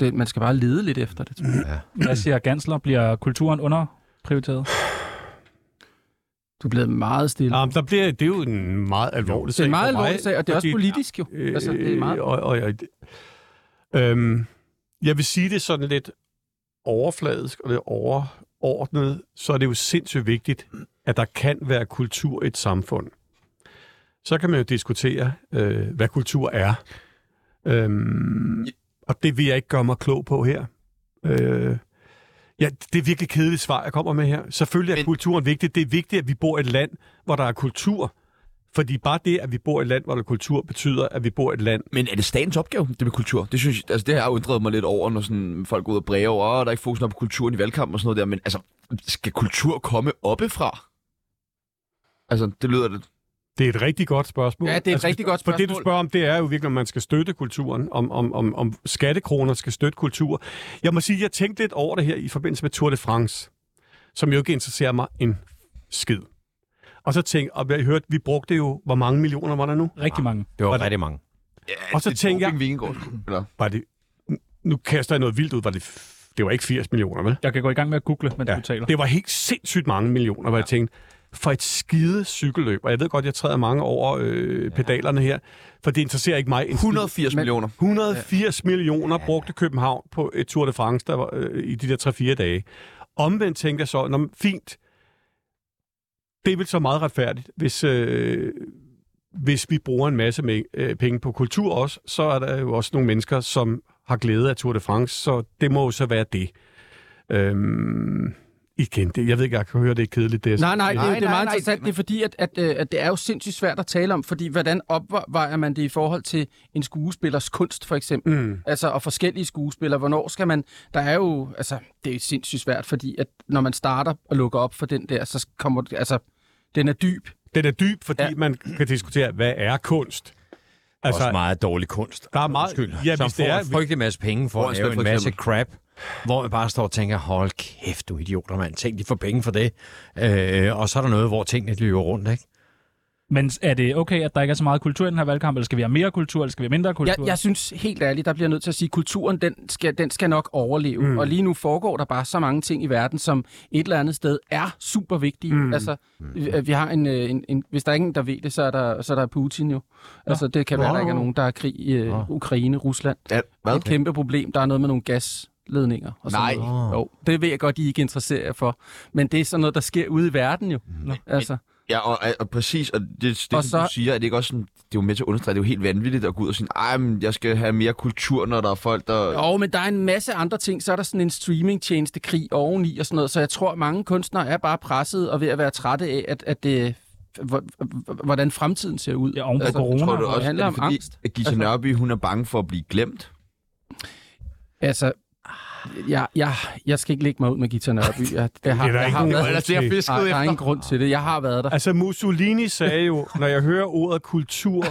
C: det man skal bare lede lidt efter det. tror jeg.
B: Hvad siger Gansler? Bliver kulturen underprioriteret?
C: Du er blevet meget stille.
E: Ja, men der bliver, det er jo en meget alvorlig
C: det
E: sag
C: er en meget
E: for mig,
C: alvorlig sag, og det er også
E: fordi-
C: politisk jo. Altså, det er meget...
E: Øh, og, og, og, øhm, jeg vil sige det sådan lidt overfladisk og lidt overordnet, så er det jo sindssygt vigtigt, at der kan være kultur i et samfund. Så kan man jo diskutere, øh, hvad kultur er. Øhm, og det vil jeg ikke gøre mig klog på her. Øh, ja, det er virkelig kedeligt svar, jeg kommer med her. Selvfølgelig er
A: Men-
E: kulturen vigtig. Det er vigtigt, at vi bor i et land, hvor der er kultur. Fordi bare det, at vi bor i et land, hvor der er kultur, betyder, at vi bor i et land,
A: Men er det statens opgave, det med kultur? Det, synes jeg, altså, det har jeg undret mig lidt over, når sådan, folk går ud og bræger over, og der er ikke fokus nok på kulturen i valgkampen og sådan noget der, men altså, skal kultur komme oppefra? Altså, det lyder Altså, det.
E: Det er et rigtig godt spørgsmål. Altså,
C: Ja, det er et rigtig godt
E: For det, du
C: spørgsmål.
E: spørger om, det er jo virkelig, om man skal støtte kulturen, om, om, om, om skattekroner skal støtte kultur. Jeg må sige, jeg tænkte lidt over det her i forbindelse med Tour de France, som jo ikke interesserer mig en skid. Og så tænkte og jeg hørte, vi brugte jo, hvor mange millioner var der nu?
B: Rigtig
C: Ah.
B: mange.
D: Det var
E: Hvordan-
D: rigtig mange.
A: Ja,
E: Og så
A: Altså, det er
E: tænker jeg-
A: doping, vi ikke går til, Eller?
E: Var det, nu kaster jeg noget vildt ud, var det, f- det var ikke 80 millioner, vel?
B: Jeg kan gå i gang med at google, mens ja. du taler.
E: Det var helt sindssygt mange millioner, hvor jeg tænkte, for et skide cykelløb. Og jeg ved godt, jeg træder mange over øh, pedalerne her, for det interesserer ikke mig. en skid.
A: 180 men, millioner.
E: 180 ja. millioner brugte København på et Tour de France der var, øh, i de der 3-4 dage. Omvendt tænkte jeg så, Nå, men fint, det er vel så meget retfærdigt, hvis, øh, hvis vi bruger en masse med, øh, penge på kultur også, så er der jo også nogle mennesker, som har glæde af Tour de France, så det må jo så være det. Øhm, igen, det, jeg ved ikke, jeg kan høre, det er kedeligt. Det, jeg
C: Nej, nej,
E: siger.
C: det, er jo- det er
A: nej,
C: meget
A: nej.
C: interessant. Det er fordi, at, at, øh, at det er jo sindssygt svært at tale om, fordi hvordan opvejer man det i forhold til en skuespillers kunst, for eksempel?
E: Mm.
C: Altså, og forskellige skuespillere. Hvornår skal man... Der er jo... Altså, det er sindssygt svært, fordi at når man starter og lukker op for den der, så kommer... det- Altså, den er dyb.
E: Den er dyb, fordi ja.
C: Ja.
E: man kan diskutere, hvad er kunst?
D: Altså, også meget dårlig kunst.
E: Der er meget-
D: Undskyld,
E: Ja,
D: som
E: hvis det
D: får
E: er-
D: en frygtelig masse penge for at
A: Hornslet
D: lave en
A: for
D: masse
A: eksempel.
D: crap, hvor man bare står og tænker, hold kæft, du idioter, mand. Tænk, de får penge for det. Øh, og så er der noget, hvor tingene løber rundt, ikke?
B: Men er det okay, at der ikke er så meget kultur i den her valgkamp, eller skal vi have mere kultur, eller skal vi have mindre kultur?
C: Jeg, jeg synes helt ærligt, der bliver jeg nødt til at sige, at kulturen, den skal, den skal nok overleve. Mm. Og lige nu foregår der bare så mange ting i verden, som et eller andet sted er super vigtige. Mm. Altså, vi, vi har en, øh, en, en, hvis der er ingen, der ved det, så er der, så er der Putin jo. Altså, det kan være, der ikke er nogen, der er krig i øh, Ukraine, Rusland.
A: Ja,
C: Det er
A: hvad?
C: et kæmpe problem. Der er noget med nogle gasledninger. Og sådan
A: Nej.
C: Noget. Jo, det ved jeg godt, I ikke interesserer jer for. Men det er sådan noget, der sker ude i verden jo. Mm. Altså,
A: Ja, og, og, og præcis, og det, det som
C: Og så-
A: du siger, er det ikke også sådan, det er jo med til at understrege, det er jo helt vanvittigt at gå ud og sige, ej, men jeg skal have mere kultur, når der er folk, der...
C: Jo, men der er en masse andre ting. Så er der sådan en streamingtjeneste krig oveni og sådan noget. Så jeg tror, at mange kunstnere er bare presset og ved at være trætte af, at, at det, hvor- hvor- hvordan fremtiden ser ud.
B: Ja, oven på
A: Altså,
B: corona.
A: tror du
C: og
A: også,
C: det handler
A: er det
C: om
A: fordi,
C: angst.
A: at Gita
C: Altså-
A: Nørby, hun er bange for at blive glemt?
C: Altså, jeg, jeg, jeg skal ikke lægge mig ud med Gita Nørby. Jeg, det har,
E: Det er der
C: jeg
E: ikke
C: har
E: nogen
C: været,
E: grund
A: Ellers er jeg
E: til.
A: fisket
C: nej, der er
A: efter.
C: ingen grund til det. Jeg har været der.
E: Altså Mussolini sagde jo, når jeg hører ordet kultur,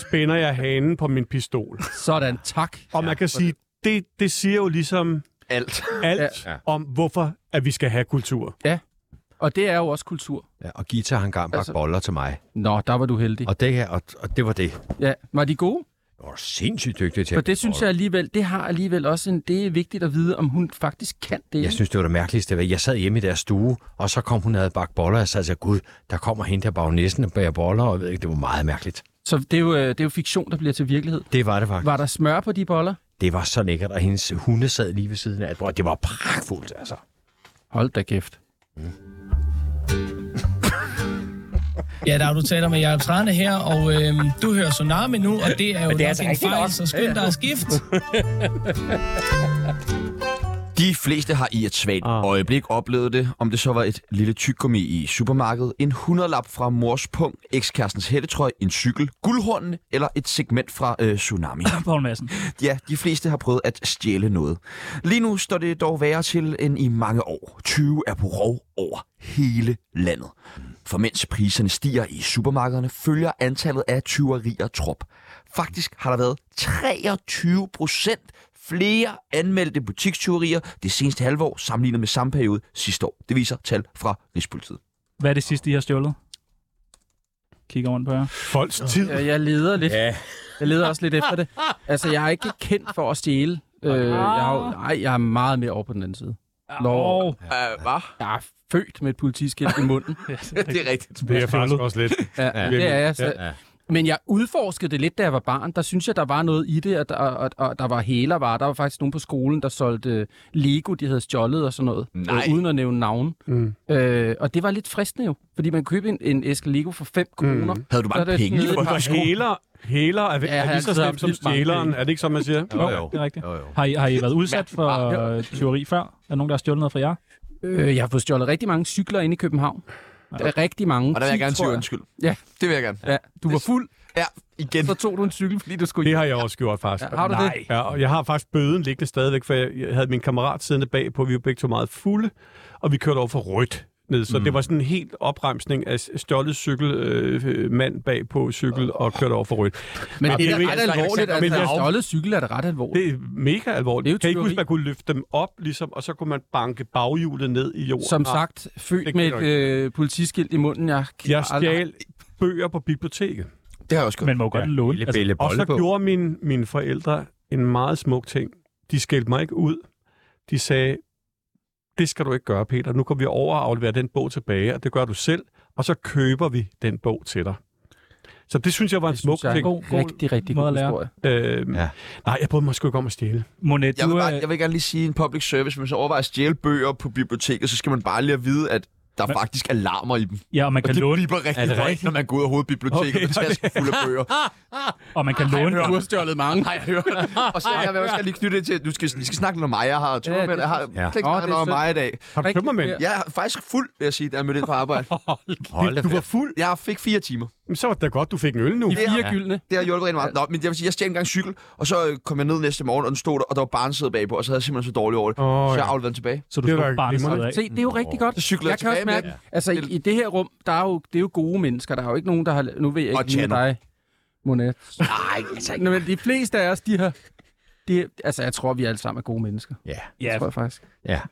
E: spænder jeg hanen på min pistol.
C: Sådan, tak.
E: Og man kan sige, det, det siger jo ligesom
A: Alt.
E: alt ja. om, hvorfor at vi skal have kultur.
C: Og det er jo også kultur.
D: Ja, og Gita har engang bagt altså...
C: Altså-
D: boller til mig.
C: Nå, der var du heldig.
D: Og det, her, og, og det var det.
C: Ja, var de gode?
D: Jeg var sindssygt dygtig til
C: For
D: at
C: det
D: bage
C: synes
D: boller.
C: jeg alligevel, det har alligevel også en, det er vigtigt at vide, om hun faktisk kan det.
D: Jeg synes, det var det mærkeligste. ved- Jeg sad hjemme i deres stue, og så kom hun og havde bagt boller, og jeg sad og sagde, gud, der kommer hende der bagnæsten og bager boller, og jeg ved ikke, det var meget mærkeligt.
C: Så det er, jo, øh, det er jo fiktion, der bliver til virkelighed.
D: Det var det faktisk.
C: Var der smør på de boller?
D: Det var så lækkert, og hendes hunde sad lige ved siden af. alt. Bror, det var pragtfuldt, altså.
C: Hold da kæft.
F: Ja, der er du taler med Jacob Trane her, og øh, du hører Tsunami nu, og det er jo det er nok en fejl, så skynd dig at skifte.
A: De fleste har i et svagt
C: Ah.
A: øjeblik oplevet det, om det så var et lille tyggegummi i supermarkedet, en hundredlap fra mors pung, ekskærestens hættetrøj, en cykel, guldhornene eller et segment fra øh, Tsunami.
B: Poul Madsen.
A: Ja, de fleste har prøvet at stjæle noget. Lige nu står det dog værre til end i mange år. 20 er på rov over hele landet. For mens priserne stiger i supermarkederne, følger antallet af tyverier trop. Faktisk har der været 23 procent flere anmeldte butikstyverier det seneste halve år sammenlignet med samme periode sidste år. Det viser tal fra Rigspolitiet.
B: Hvad er det sidste, I har stjålet? Kigger rundt på jer.
E: Folks tid.
C: Jeg, jeg leder lidt. Ja. Jeg leder også lidt efter det. Altså, jeg er ikke kendt for at stjæle. Øh, jeg, er jo, nej, jeg er meget mere over på den anden side. Lov.
B: Åh,
A: Øh, hvad?
C: Jeg er født med et politiskilt i munden.
B: ja, det er rigtigt.
A: rigtigt.
E: Det er faktisk også lidt.
C: Ja, ja. Det er jeg. Så. Ja, ja. Men jeg udforskede det lidt, da jeg var barn. Der synes jeg, der var noget i det, og der, og, og der var hælervarer. Der var faktisk nogen på skolen, der solgte øh, Lego, de havde stjålet og sådan noget.
A: Nej.
C: Øh, uden at nævne navn.
E: Mm.
C: Øh, og det var lidt fristende jo, fordi man købte en, en æske Lego for 5 kroner.
A: Havde du
C: Så
A: bare
C: er det
A: penge
C: sådan
A: for
C: lidt-
A: det?
E: Og hæler, hæler er,
C: Ja, jeg
E: er
C: har
E: lige så
C: altid
E: slemt
C: haft
E: som
C: vildt mange
E: stjæleren.
C: penge.
E: Er det ikke, som man siger?
D: Jo, jo.
B: Det er rigtigt.
D: jo, jo.
B: Har I, har I været udsat for
C: Ja.
B: øh, tyveri før? Er der nogen, der har stjålet noget fra jer?
C: Øh, jeg har fået stjålet rigtig mange cykler inde i København. Der er rigtig mange.
A: Og der vil jeg
C: 10,
A: gerne
C: tror
A: sige undskyld.
C: Ja.
A: Det vil jeg gerne.
C: Ja, du var fuld,
A: Ja, igen.
C: så tog du en cykel, fordi du skulle
E: Det har jeg også gjort, faktisk.
C: Ja, har du det?
E: Nej. Ja, og jeg har faktisk bøden liggende stadigvæk, for jeg jeg havde min kammerat siddende bag på, vi var begge to meget fulde, og vi kørte over for rødt. Ned. Så mm. det var sådan en helt opremsning af s- stjålet cykelmand øh, mand bag på cykel og kørte over for rødt.
C: Men det er
E: det-
C: ret
E: der er
C: alvorligt,
E: eksempler,
C: altså.
E: men det
C: Men
E: er-
C: stjålet cykel er det ret alvorligt.
E: Det er mega alvorligt.
C: Det er jo
E: kan I ikke
C: tyveri.
E: huske, man kunne løfte dem op, ligesom, og så kunne man banke baghjulet ned i jorden.
C: Som
E: Ah,
C: sagt, født
E: det
C: med
E: kan
C: et øh, politiskilt i munden. Jeg, kan
E: Jeg
C: aldrig-
E: stjal bøger på biblioteket.
A: Det har jeg også gjort.
B: Man må jo godt låne. Altså,
D: Lille bille
E: altså, Og så
D: bolle på.
E: gjorde mine, mine forældre en meget smuk ting. De skældte mig ikke ud. De sagde, det skal du ikke gøre, Peter. Nu går vi over og afleverer den bog tilbage, og det gør du selv, og så køber vi den bog til dig. Så det synes jeg var en
C: Det
E: smuk
C: synes jeg er en
E: ting.
B: God,
C: god,
B: god
C: rigtig, rigtig
B: måde
C: god
B: at lære.
C: historie.
E: Øh, ja.
D: Ja.
E: Nej, jeg bryder mig sgu ikke om at stjæle.
B: Monet,
A: Jeg
B: du
A: vil,
B: er...
A: bare, jeg vil gerne lige sige en public service, men så overvejer at stjæle bøger på biblioteket, så skal man bare lige at vide, at der
B: Hvad?
A: faktisk er alarmer i dem.
B: Ja, og man
A: Og
B: kan
A: det
B: låne,
A: blipper
E: Er det
A: rigtig højt,
E: rigtigt?
A: når man går ud af hovedbiblioteket
E: Okay,
A: okay, med tasken fuld af bøger.
B: og man kan låne...
C: Du har stjålet mange. Nej, jeg hører.
A: Og så jeg vil også gerne lige knytte det til, at du skal, I skal snakke lidt om mig. Jeg har to
C: Ja,
A: ja,
C: det-
A: jeg har
D: ja.
A: ja. ikke
C: Åh,
A: snakket
C: det er
A: noget om
C: synd.
A: mig i dag.
E: Har du
C: Rigtig-
E: tømmermænd?
C: Ja.
A: Jeg er faktisk fuld, vil jeg sige, da jeg mødte ind på arbejde.
D: Hold da
E: Du var
D: fast.
E: fuld.
A: Jeg fik fire timer.
E: Jamen, så var det da godt, du fik en øl nu.
C: I fire gyldne.
A: Det har hjulpet rigtig meget. Nå, men jeg vil sige, jeg stjal engang cykel, og så øh, kom jeg ned næste morgen, og den stod der, og der var barnsæde bagpå, og så havde jeg simpelthen så dårligt over det.
E: Åh,
A: så jeg
E: ja.
A: afleverede den tilbage.
B: Så du
E: Det er
B: slår
E: da
B: barnet
E: glimrende.
B: af.
C: Se, det er jo rigtig godt.
A: Så cykler
C: Jeg kan også mærke, altså i, i det her rum, der er jo, det er jo gode mennesker. Der er jo ikke nogen, der har... Nu ved jeg
A: Og
C: ikke lige med
A: Tjerno.
C: dig, Monet. Nej, altså ikke. Men de fleste af os, de har... De, altså, jeg tror, vi alle sammen er gode mennesker.
D: Ja.
C: Ja.
B: Ja,
C: Tror jeg faktisk.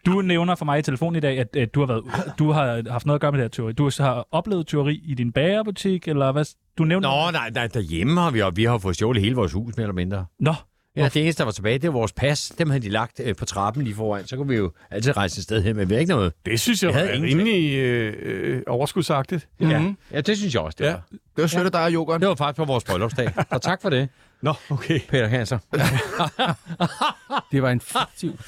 B: du nævner for mig i telefonen i dag, at, at du, har været, du har haft noget at gøre med det her tyveri. Du har oplevet tyveri i din bagerbutik, eller hvad? Du nævner...
D: Nå, nej, nej, derhjemme har vi, og vi har fået stjålet hele vores hus, mere eller mindre.
B: Nå.
D: Ja, det eneste, der var tilbage, det var vores pas. Dem havde de lagt øh, på trappen lige foran. Så kunne vi jo altid rejse et sted hen, men vi har ikke noget.
E: Det synes jeg,
D: Jeg havde
E: var
D: ingenting.
E: rimelig øh, øh, overskudsagtigt.
C: Mhm.
D: Ja, ja det synes jeg også, det
E: Ja.
D: Mhm. ja. var.
A: Det var sødt af dig og Jokeren.
D: Det var faktisk på vores bryllupsdag. Og tak for det,
E: Nå, okay.
D: Peter Hanser.
C: Det var en fiktiv...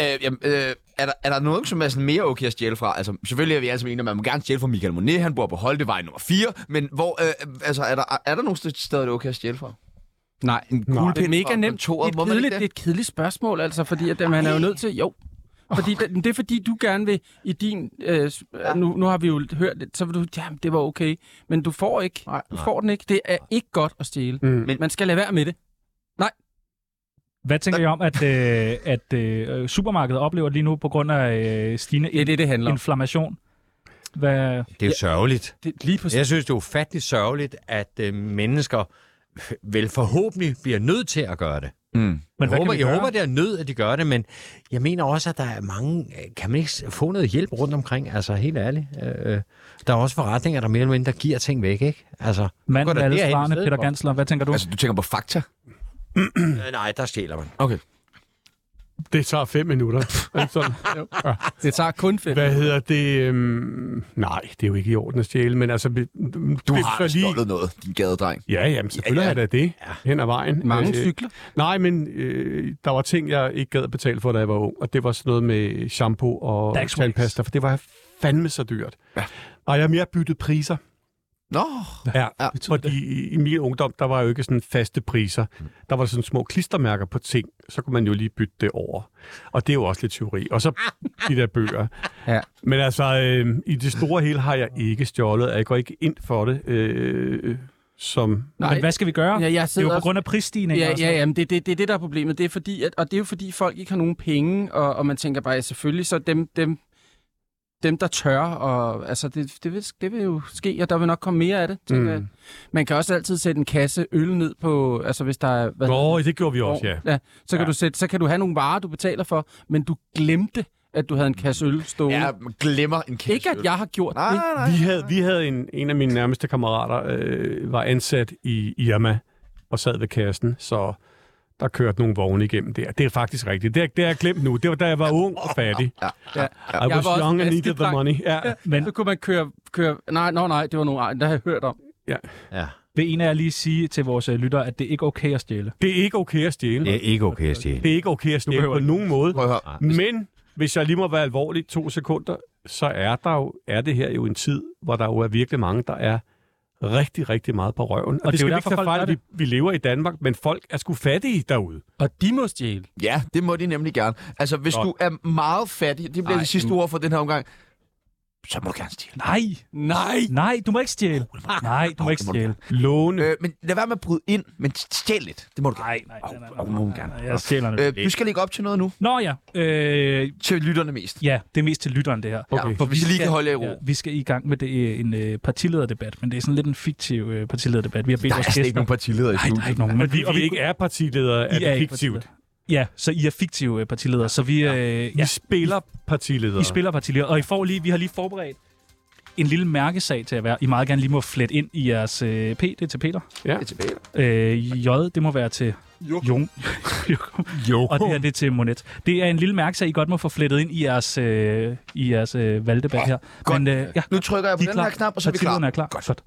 A: Øh, jamen, øh, er, der, er der noget, som er sådan mere okay at stjæle fra? Altså, selvfølgelig er vi alle sammen enige, om, at man må gerne stjæle fra Michael Monet, han bor på Holdevej nummer 4, men hvor, øh, altså, er der, er der nogle st- steder, det er okay at stjæle fra?
C: Nej, en
A: kuglepen
C: det er mega
A: fra
C: nemt. Det er,
A: kontoret.
C: et
A: Må man ikke
C: kedeligt,
A: det?
C: det er et kedeligt spørgsmål, altså, fordi at, øh, man er jo nødt til... Jo, fordi det, det er fordi, du gerne vil i din... Øh, s- nu, nu har vi jo hørt det, så vil du... Jamen, det var okay. Men du får ikke.
A: Nej.
C: Du får den ikke. Det er ikke godt at stjæle.
E: Mm.
C: Men man skal lade være med det.
B: Hvad tænker I om, at, øh, at øh, supermarkedet oplever lige nu på grund af øh, stigende
C: Det er det, det handler om.
B: inflammation? Hvad,
D: Det er jo sørgeligt.
C: Det, lige præcis.
D: Jeg synes, det er ufatteligt sørgeligt, at øh, mennesker vel forhåbentlig bliver nødt til at gøre det.
A: Mm.
B: men hvad
D: jeg, håber,
B: kan vi gøre?
D: jeg håber, det er nød, at de gør det, men jeg mener også, at der er mange... øh, Kan man ikke s- få noget hjælp rundt omkring? Altså, helt ærligt. Øh, øh, der er også forretninger, der mere eller mindre giver ting væk, ikke? Altså,
B: Mand
D: Gå
B: med
D: da
B: alle
D: derhen i
B: svarene,
D: stedet
B: Peter
D: for.
B: Gansler, hvad tænker du?
A: Altså, du tænker på fakta?
D: øh, nej, der stjæler man.
E: Det tager fem minutter. Sådan. Ja.
C: Det tager kun fem.
E: Hvad hedder det? Øhm, nej, det er jo ikke i orden at stjæle, men altså... be-
A: Du
E: be-
A: har stjålet noget, din gadedreng.
E: Ja, jamen, selvfølgelig ja, ja. er det det hen ad vejen.
C: Mange
E: Øh,
C: cykler.
E: Nej, men øh, der var ting, jeg ikke gad at betale for, da jeg var ung, og det var sådan noget med shampoo og
B: Dax Wax.
E: tandpasta, for det var fandme så dyrt. Ja. Og jeg har mere byttet priser.
A: Nå,
E: Ja,
A: Ja,
E: fordi i, i min ungdom, der var jo ikke sådan faste priser. Der var sådan små klistermærker på ting, så kunne man jo lige bytte det over. Og det er jo også lidt teori. Og så de der bøger.
C: Ja.
E: Men altså, øh, i det store hele har jeg ikke stjålet, og jeg går ikke ind for det. Øh, som...
B: Men hvad skal vi gøre?
C: Ja, jeg
B: det er jo
C: sidder
B: på grund af prisstigninger.
C: Ja,
B: og sådan
C: ja, ja, men det er det, det, er det, der er problemet. Det er fordi, at, og det er jo fordi, folk ikke har nogen penge, og, og man tænker bare, ja, selvfølgelig, så dem, dem, dem der tør, og altså, det, det, vil, det vil jo ske, og der vil nok komme mere af det.
E: Mm.
C: Mm. Man kan også altid sætte en kasse øl ned på, altså hvis der er... Hvad
E: Nå, det gjorde vi
C: hedder
E: også,
C: det,
E: ja.
C: ja. Så kan,
E: Ja.
C: Du sætte, så kan du have nogle varer, du betaler for, men du glemte, at du havde en kasse øl stående.
A: ja, man glemmer en kæft.
C: ikke, at jeg har gjort
A: Nej,
C: det.
A: nej, nej.
E: Vi havde, vi havde en, en af mine nærmeste kammerater, øh, var ansat i Irma og sad ved kassen, så der kørte nogle vogne igennem der. Det er faktisk rigtigt. Det er, det er jeg glemt nu. Det var da jeg var ung og fattig.
A: Ja,
C: ja.
E: I
C: Jeg
E: was
C: var også
E: young and needed the
C: flaskedreng.
E: money. Ja.
B: Men-
C: Så kunne man køre... køre nej, nej, nej, det var nogle... Der har jeg hørt om.
D: Ja.
B: noget. Vil en af jer lige sige til vores øh, lyttere, at det ikke er okay at stjæle?
E: Det er ikke okay at stjæle.
D: Det er ikke okay at stjæle.
E: Det er ikke okay at stjæle
B: behøver
E: på
B: ikke.
E: nogen måde.
A: Prøv at høre.
E: Men hvis jeg lige må være alvorlig to sekunder, så er der jo, er det her jo en tid, hvor der jo er virkelig mange, der er rigtig, rigtig meget på røven. Og, og
B: det er jo
E: det, det skal vi
B: derfor,
E: ikke tage
B: folk
E: fejl,
B: gør
E: vi, vi lever i Danmark, men folk er sgu fattige derude.
C: Og de må stjæle.
A: Ja, det må de nemlig gerne. Altså, hvis
E: Nå.
A: du er meget fattig, det bliver
C: Ej,
A: det sidste
C: jamen.
A: ord for den her omgang, så må du gerne stjæle.
B: Nej,
C: Nej!
B: nej, du må ikke stjæle. Nej, du må ikke stjæle.
E: Låne.
A: Øh, men lad være med at bryde ind, men stjæl lidt. Det må du gerne.
B: Nej, nej, nej, nej,
A: Au, au, må du gerne.
B: nej. Jeg stjæler nu.
A: Øh, vi skal lægge op til noget nu,
B: Nå ja, øh,
A: til lytterne mest.
B: ja, det er mest til lytteren, det her.
A: Okay. Ja, hvis I lige kan holde jer i ro.
B: Ja, vi skal i gang med det, øh, en øh, partilederdebat, men det er sådan lidt en fiktiv øh, partilederdebat. Vi har bedt vores gæster.
A: partileder i
B: Nej, der er ikke nogen.
E: Men vi, og vi ikke er partiledere, er
B: I er
E: det
B: ikke
E: fiktivt.
B: Ja, så I er fiktive øh, partiledere, så vi, øh, ja.
E: Vi spiller partiledere.
B: I spiller partiledere, og I får lige, vi har lige forberedt en lille mærkesag til at være. I meget gerne lige må flette ind i jeres øh, P, det er til Peter. Øh, J, det må være til Jung. Jung.
D: Jo.
B: Og det her, det er til Monet. Det er en lille mærkesag, I godt må få flettet ind i jeres, øh, i jeres øh, valgdebat her. Men øh, ja,
A: Nu trykker jeg på
B: de er
A: den
B: klar.
A: her knap, og så er vi klar.
B: Partilederne er klar. Godt.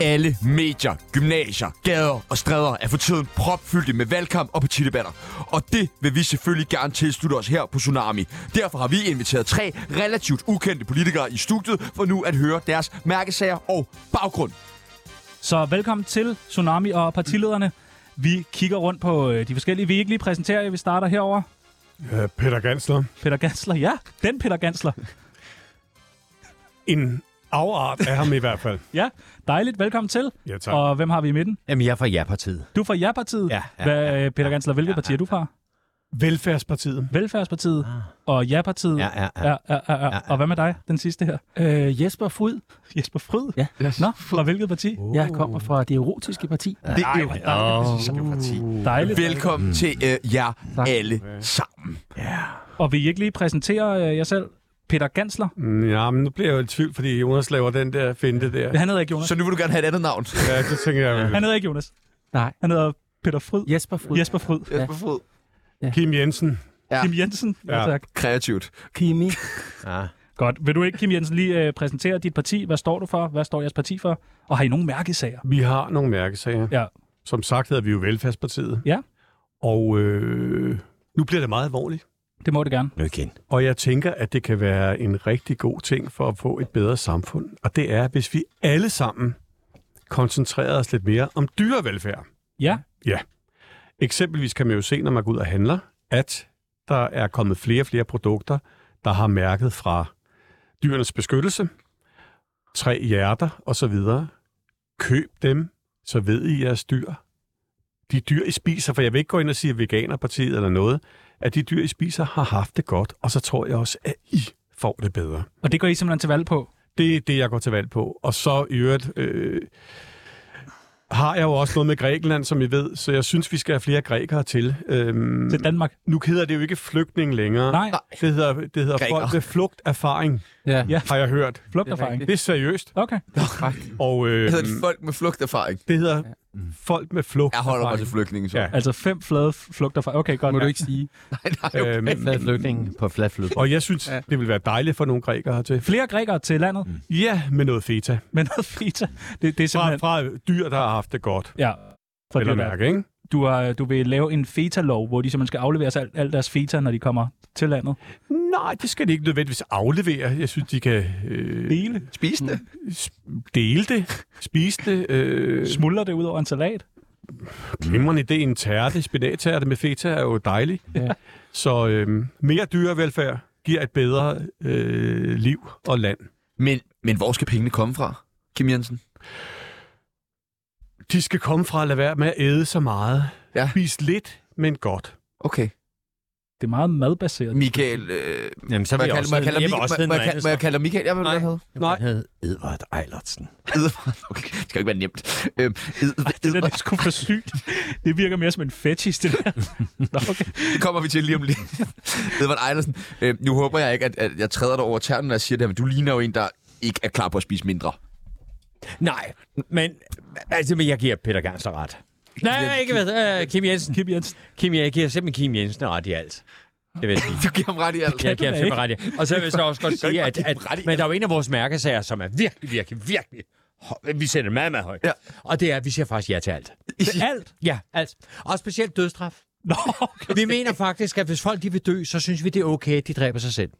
A: Alle medier, gymnasier, gader og stræder er for tiden propfyldte med valgkamp og partidebatter. Og det vil vi selvfølgelig gerne tilslutte os her på Tsunami. Derfor har vi inviteret tre relativt ukendte politikere i studiet for nu at høre deres mærkesager og baggrund.
B: Så velkommen til Tsunami og partilederne. Vi kigger rundt på øh, de forskellige. Vi ikke lige præsentere jer. Vi starter herover.
E: Øh, Peter Gansler.
B: Peter Gansler. Ja, den Peter Gansler.
E: En afart af ham i hvert fald.
B: Ja, dejligt. Velkommen til.
E: Ja, tak.
B: Og hvem har vi i midten?
D: Jamen, jeg er fra Ja-partiet.
B: Du er fra Ja-partiet.
D: Ja, ja,
B: Hvad, øh, Peter Gansler, hvilket parti er du fra?
E: Velfærdspartiet.
B: Velfærdspartiet og Ja-partiet.
D: Ja, ja, ja.
B: Ja, ja, ja, ja. Og hvad med dig, den sidste her?
C: Øh, Jesper Fod,
B: Jesper Fryd?
C: Ja.
B: Nå, fra hvilket parti?
C: oh. jeg kommer fra det erotiske parti.
A: Det er jo oh. parti.
B: Dejligt.
A: Velkommen
B: Mm.
A: til øh, jer
C: Tak.
A: alle sammen.
B: Og vil I ikke lige præsentere øh, jer selv? Peter Gansler.
E: Mm, Ja, men nu bliver jeg jo i tvivl, fordi Jonas laver den der finte der.
B: Han hedder ikke Jonas.
A: Så nu vil du gerne have et andet navn.
E: Ja, det tænker jeg. vel.
B: Han hedder ikke Jonas.
C: Nej.
B: Han hedder Peter Fryd.
C: Jesper Fod.
B: Jesper Fryd.
A: Jesper Fod.
E: Kim Jensen.
A: Ja.
B: Kim Jensen. Ja.
E: Ja.
B: tak.
A: Kreativt.
C: Kimi.
D: ja.
B: Godt. Vil du ikke, Kim Jensen, lige øh, præsentere dit parti? Hvad står du for? Hvad står jeres parti for? Og har I nogen mærkesager?
E: Vi har nogle mærkesager.
B: Ja.
E: Som sagt hedder vi jo Velfærdspartiet.
B: Ja.
E: Og øh, nu bliver det meget alvorligt.
B: Det må det gerne.
D: Nu igen.
E: Og jeg tænker, at det kan være en rigtig god ting for at få et bedre samfund. Og det er, hvis vi alle sammen koncentrerer os lidt mere om dyrevelfærd.
B: Ja.
E: Eksempelvis kan man jo se, når man går ud og handler, at der er kommet flere og flere produkter, der har mærket fra dyrenes beskyttelse, tre hjerter osv. Køb dem, så ved I jeres dyr. De dyr, I spiser, for jeg vil ikke gå ind og sige at Veganerpartiet eller noget, at de dyr, I spiser, har haft det godt, og så tror jeg også, at I får det bedre.
B: Og det går I simpelthen til valg på.
E: Det er det, jeg går til valg på. Og så i øvrigt øh, har jeg jo også noget med Grækenland, som I ved, så jeg synes, vi skal have flere grækere til. Øhm,
B: Til Danmark.
E: nu hedder det jo ikke flygtning længere.
B: Nej,
E: Det hedder, det hedder
A: Grækere.
E: folk med flugterfaring,
C: Ja.
B: Ja.
C: ja.
E: har jeg hørt.
B: flugterfaring.
E: Det er seriøst.
B: Okay.
E: Og øh,
A: Det
B: Øhm.
A: hedder folk med flugterfaring.
E: det hedder folk med
A: Jeg
E: flugterfaring.
A: holder mig til flygtninge, så.
E: Ja.
B: Altså fem flade flugterfaring. Okay, godt.
C: Må du
B: Ja.
C: ikke sige.
E: Øhm,
D: Fladflytning på fladflytning.
E: og jeg synes, det ville være dejligt for nogle grækere hertil.
B: Flere grækere til landet mm.
E: Ja, med noget feta.
B: med noget feta. Det, det er
E: Fra,
B: simpelthen...
E: fra dyr, der har haft det godt.
B: Ja. For
E: Eller
B: det, er-
E: mærke, ikke?
B: du, har, du vil lave en feta-lov, hvor de simpelthen skal aflevere sig alt, alt deres feta, når de kommer til landet.
E: Nej, det skal de ikke nødvendigvis aflevere. Jeg synes, de kan øh,
B: Dele.
A: Spis det.
E: dele det, spise det. Øh,
B: Smuldrer det ud over en salat?
E: glimrende idé, en tærte, spinattærte med feta er jo dejlig.
C: Ja.
E: Så øh, mere dyrevelfærd giver et bedre øh, liv og land.
A: Men, men hvor skal pengene komme fra, Kim Jensen?
E: De skal komme fra at lade være med at æde så meget.
A: Ja.
E: Spis lidt, men godt.
A: Okay.
B: Det er meget madbaseret.
A: Michael... Øh,
D: Jamen, så
A: må
D: vil
A: jeg
D: jeg
A: kalde-
D: også
A: må jeg kalde
D: hedde-
A: dig
D: jeg vil også
A: Michael-
D: hedde
A: må jeg
D: noget
A: kalde-
D: andet.
A: må jeg kalde dig Michael? Jeg vil
E: Nej.
A: gerne hedde.
E: Nej.
D: Han hed Edvard Eilertsen.
A: Edvard. Okay, det skal jo ikke være nemt. Øhm, Ed-
B: Det der, det
A: Edvard.
B: er sgu for sygt. Det virker mere som en fetish, det der. Nå, okay.
A: Det kommer vi til lige om lidt. Edvard Eilersen. Øhm, nu håber jeg ikke, at, at jeg træder dig over tærnen, når jeg siger det her, men du ligner jo en, der ikke er klar på at spise mindre.
D: Nej, men, altså, men jeg giver Peter Gansler ret. Nej, jeg ikke ved, uh, Kim Jensen.
B: Kim Jensen.
D: Kim, jeg giver simpelthen Kim Jensen ret i alt. Det vil jeg sige.
A: Du giver ham ret i alt.
D: Jeg giver
B: da
D: ham simpelthen ret i. Og så vil jeg så også godt sige, at, at men der er jo en af vores mærkesager, som er virkelig, virkelig, virkelig høj. vi sætter meget, meget højt.
A: Ja.
D: Og det er, at vi siger faktisk ja til alt.
B: Det er alt.
D: Ja, alt. Og specielt dødstraf.
B: Nå, okay.
D: Vi mener faktisk, at hvis folk de vil dø, så synes vi, det er okay, at de dræber sig selv.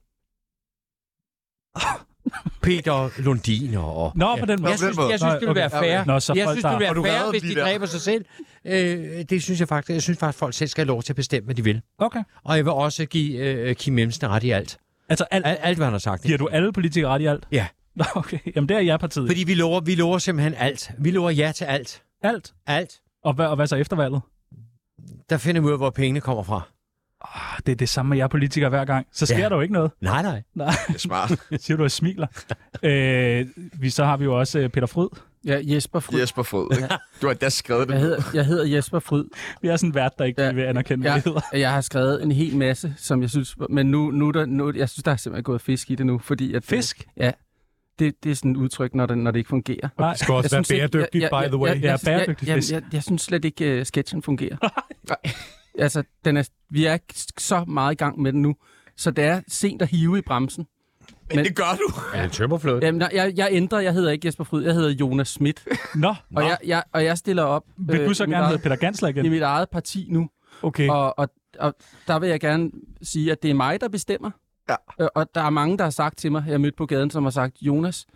D: Peter Lundin og...
B: Nå, på den måde.
D: Jeg synes,
A: måde.
D: jeg synes det ville
B: Nej,
D: være
B: okay.
D: fair.
B: Nå, så
D: jeg
B: folk
D: synes, det
B: der-
D: ville
A: Og du
D: være fair,
A: redder
D: hvis
A: de
D: de
A: der.
D: dræber sig selv. Øh, det synes jeg faktisk. Jeg synes faktisk, at folk selv skal have lov til at bestemme, hvad de vil.
B: Okay.
D: Og jeg vil også give øh, Kim Jensen ret i alt.
B: Altså, alt,
D: Alt, alt hvad han har sagt.
B: giver du alle politikere ret i alt?
D: Ja.
B: Nå, okay. Jamen, det er jeg partiet.
D: Fordi vi lover, vi lover simpelthen alt. Vi lover ja til alt.
B: Alt.
D: Alt.
B: Og hvad, og hvad så efter valget?
D: Der finder vi ud af, hvor pengene kommer fra.
B: Ah, Det er det samme med jer politikere hver gang. Så sker
D: Ja.
B: ja. der jo ikke noget.
D: Nej, nej.
A: Det er smart.
B: Siger du og smiler. øh, vi, så har vi jo også øh, Peter Fryd.
C: Ja, Jesper Fryd.
A: Jesper Fod, ikke? Du har endda skrevet
C: Jeg
A: det.
C: hedder, jeg hedder Jesper Fryd.
B: Vi er sådan en vært, der ikke
C: Ja.
B: ja. vil anerkende, ja.
C: Ja.
B: hvad det hedder.
C: Jeg har skrevet en hel masse, som jeg synes... Men nu, nu, er der, nu jeg synes, der er simpelthen gået fisk i det nu, fordi... At,
B: Fisk?
C: Det, det er sådan et udtryk, når det, når det ikke fungerer.
B: Nej,
E: Det skal også være bæredygtigt, by the way.
B: Ja,
C: jeg, jeg, jeg,
B: bæredygtig
C: jeg,
B: fisk.
C: jeg, jeg synes slet ikke, uh, sketchen fungerer. altså, den er, vi er ikke så meget i gang med den nu, så det er sent at hive i bremsen.
A: Men det gør du.
D: Ja, en tømmerflod.
C: Jamen, nej, jeg, jeg ændrer, jeg hedder ikke Jesper Fryd, jeg hedder Jonas Schmidt.
B: Nå,
C: Og jeg, jeg, og jeg stiller op
B: vil du
C: øh,
B: så
C: i mit
B: gerne hedde
C: eget,
B: Peter Gansler igen?
C: i mit eget parti nu.
E: Okay.
C: Og, og, og der vil jeg gerne sige, at det er mig, der bestemmer.
A: Ja.
C: Øh, Og der er mange, der har sagt til mig, jeg har mødt på gaden, som har sagt, Jonas,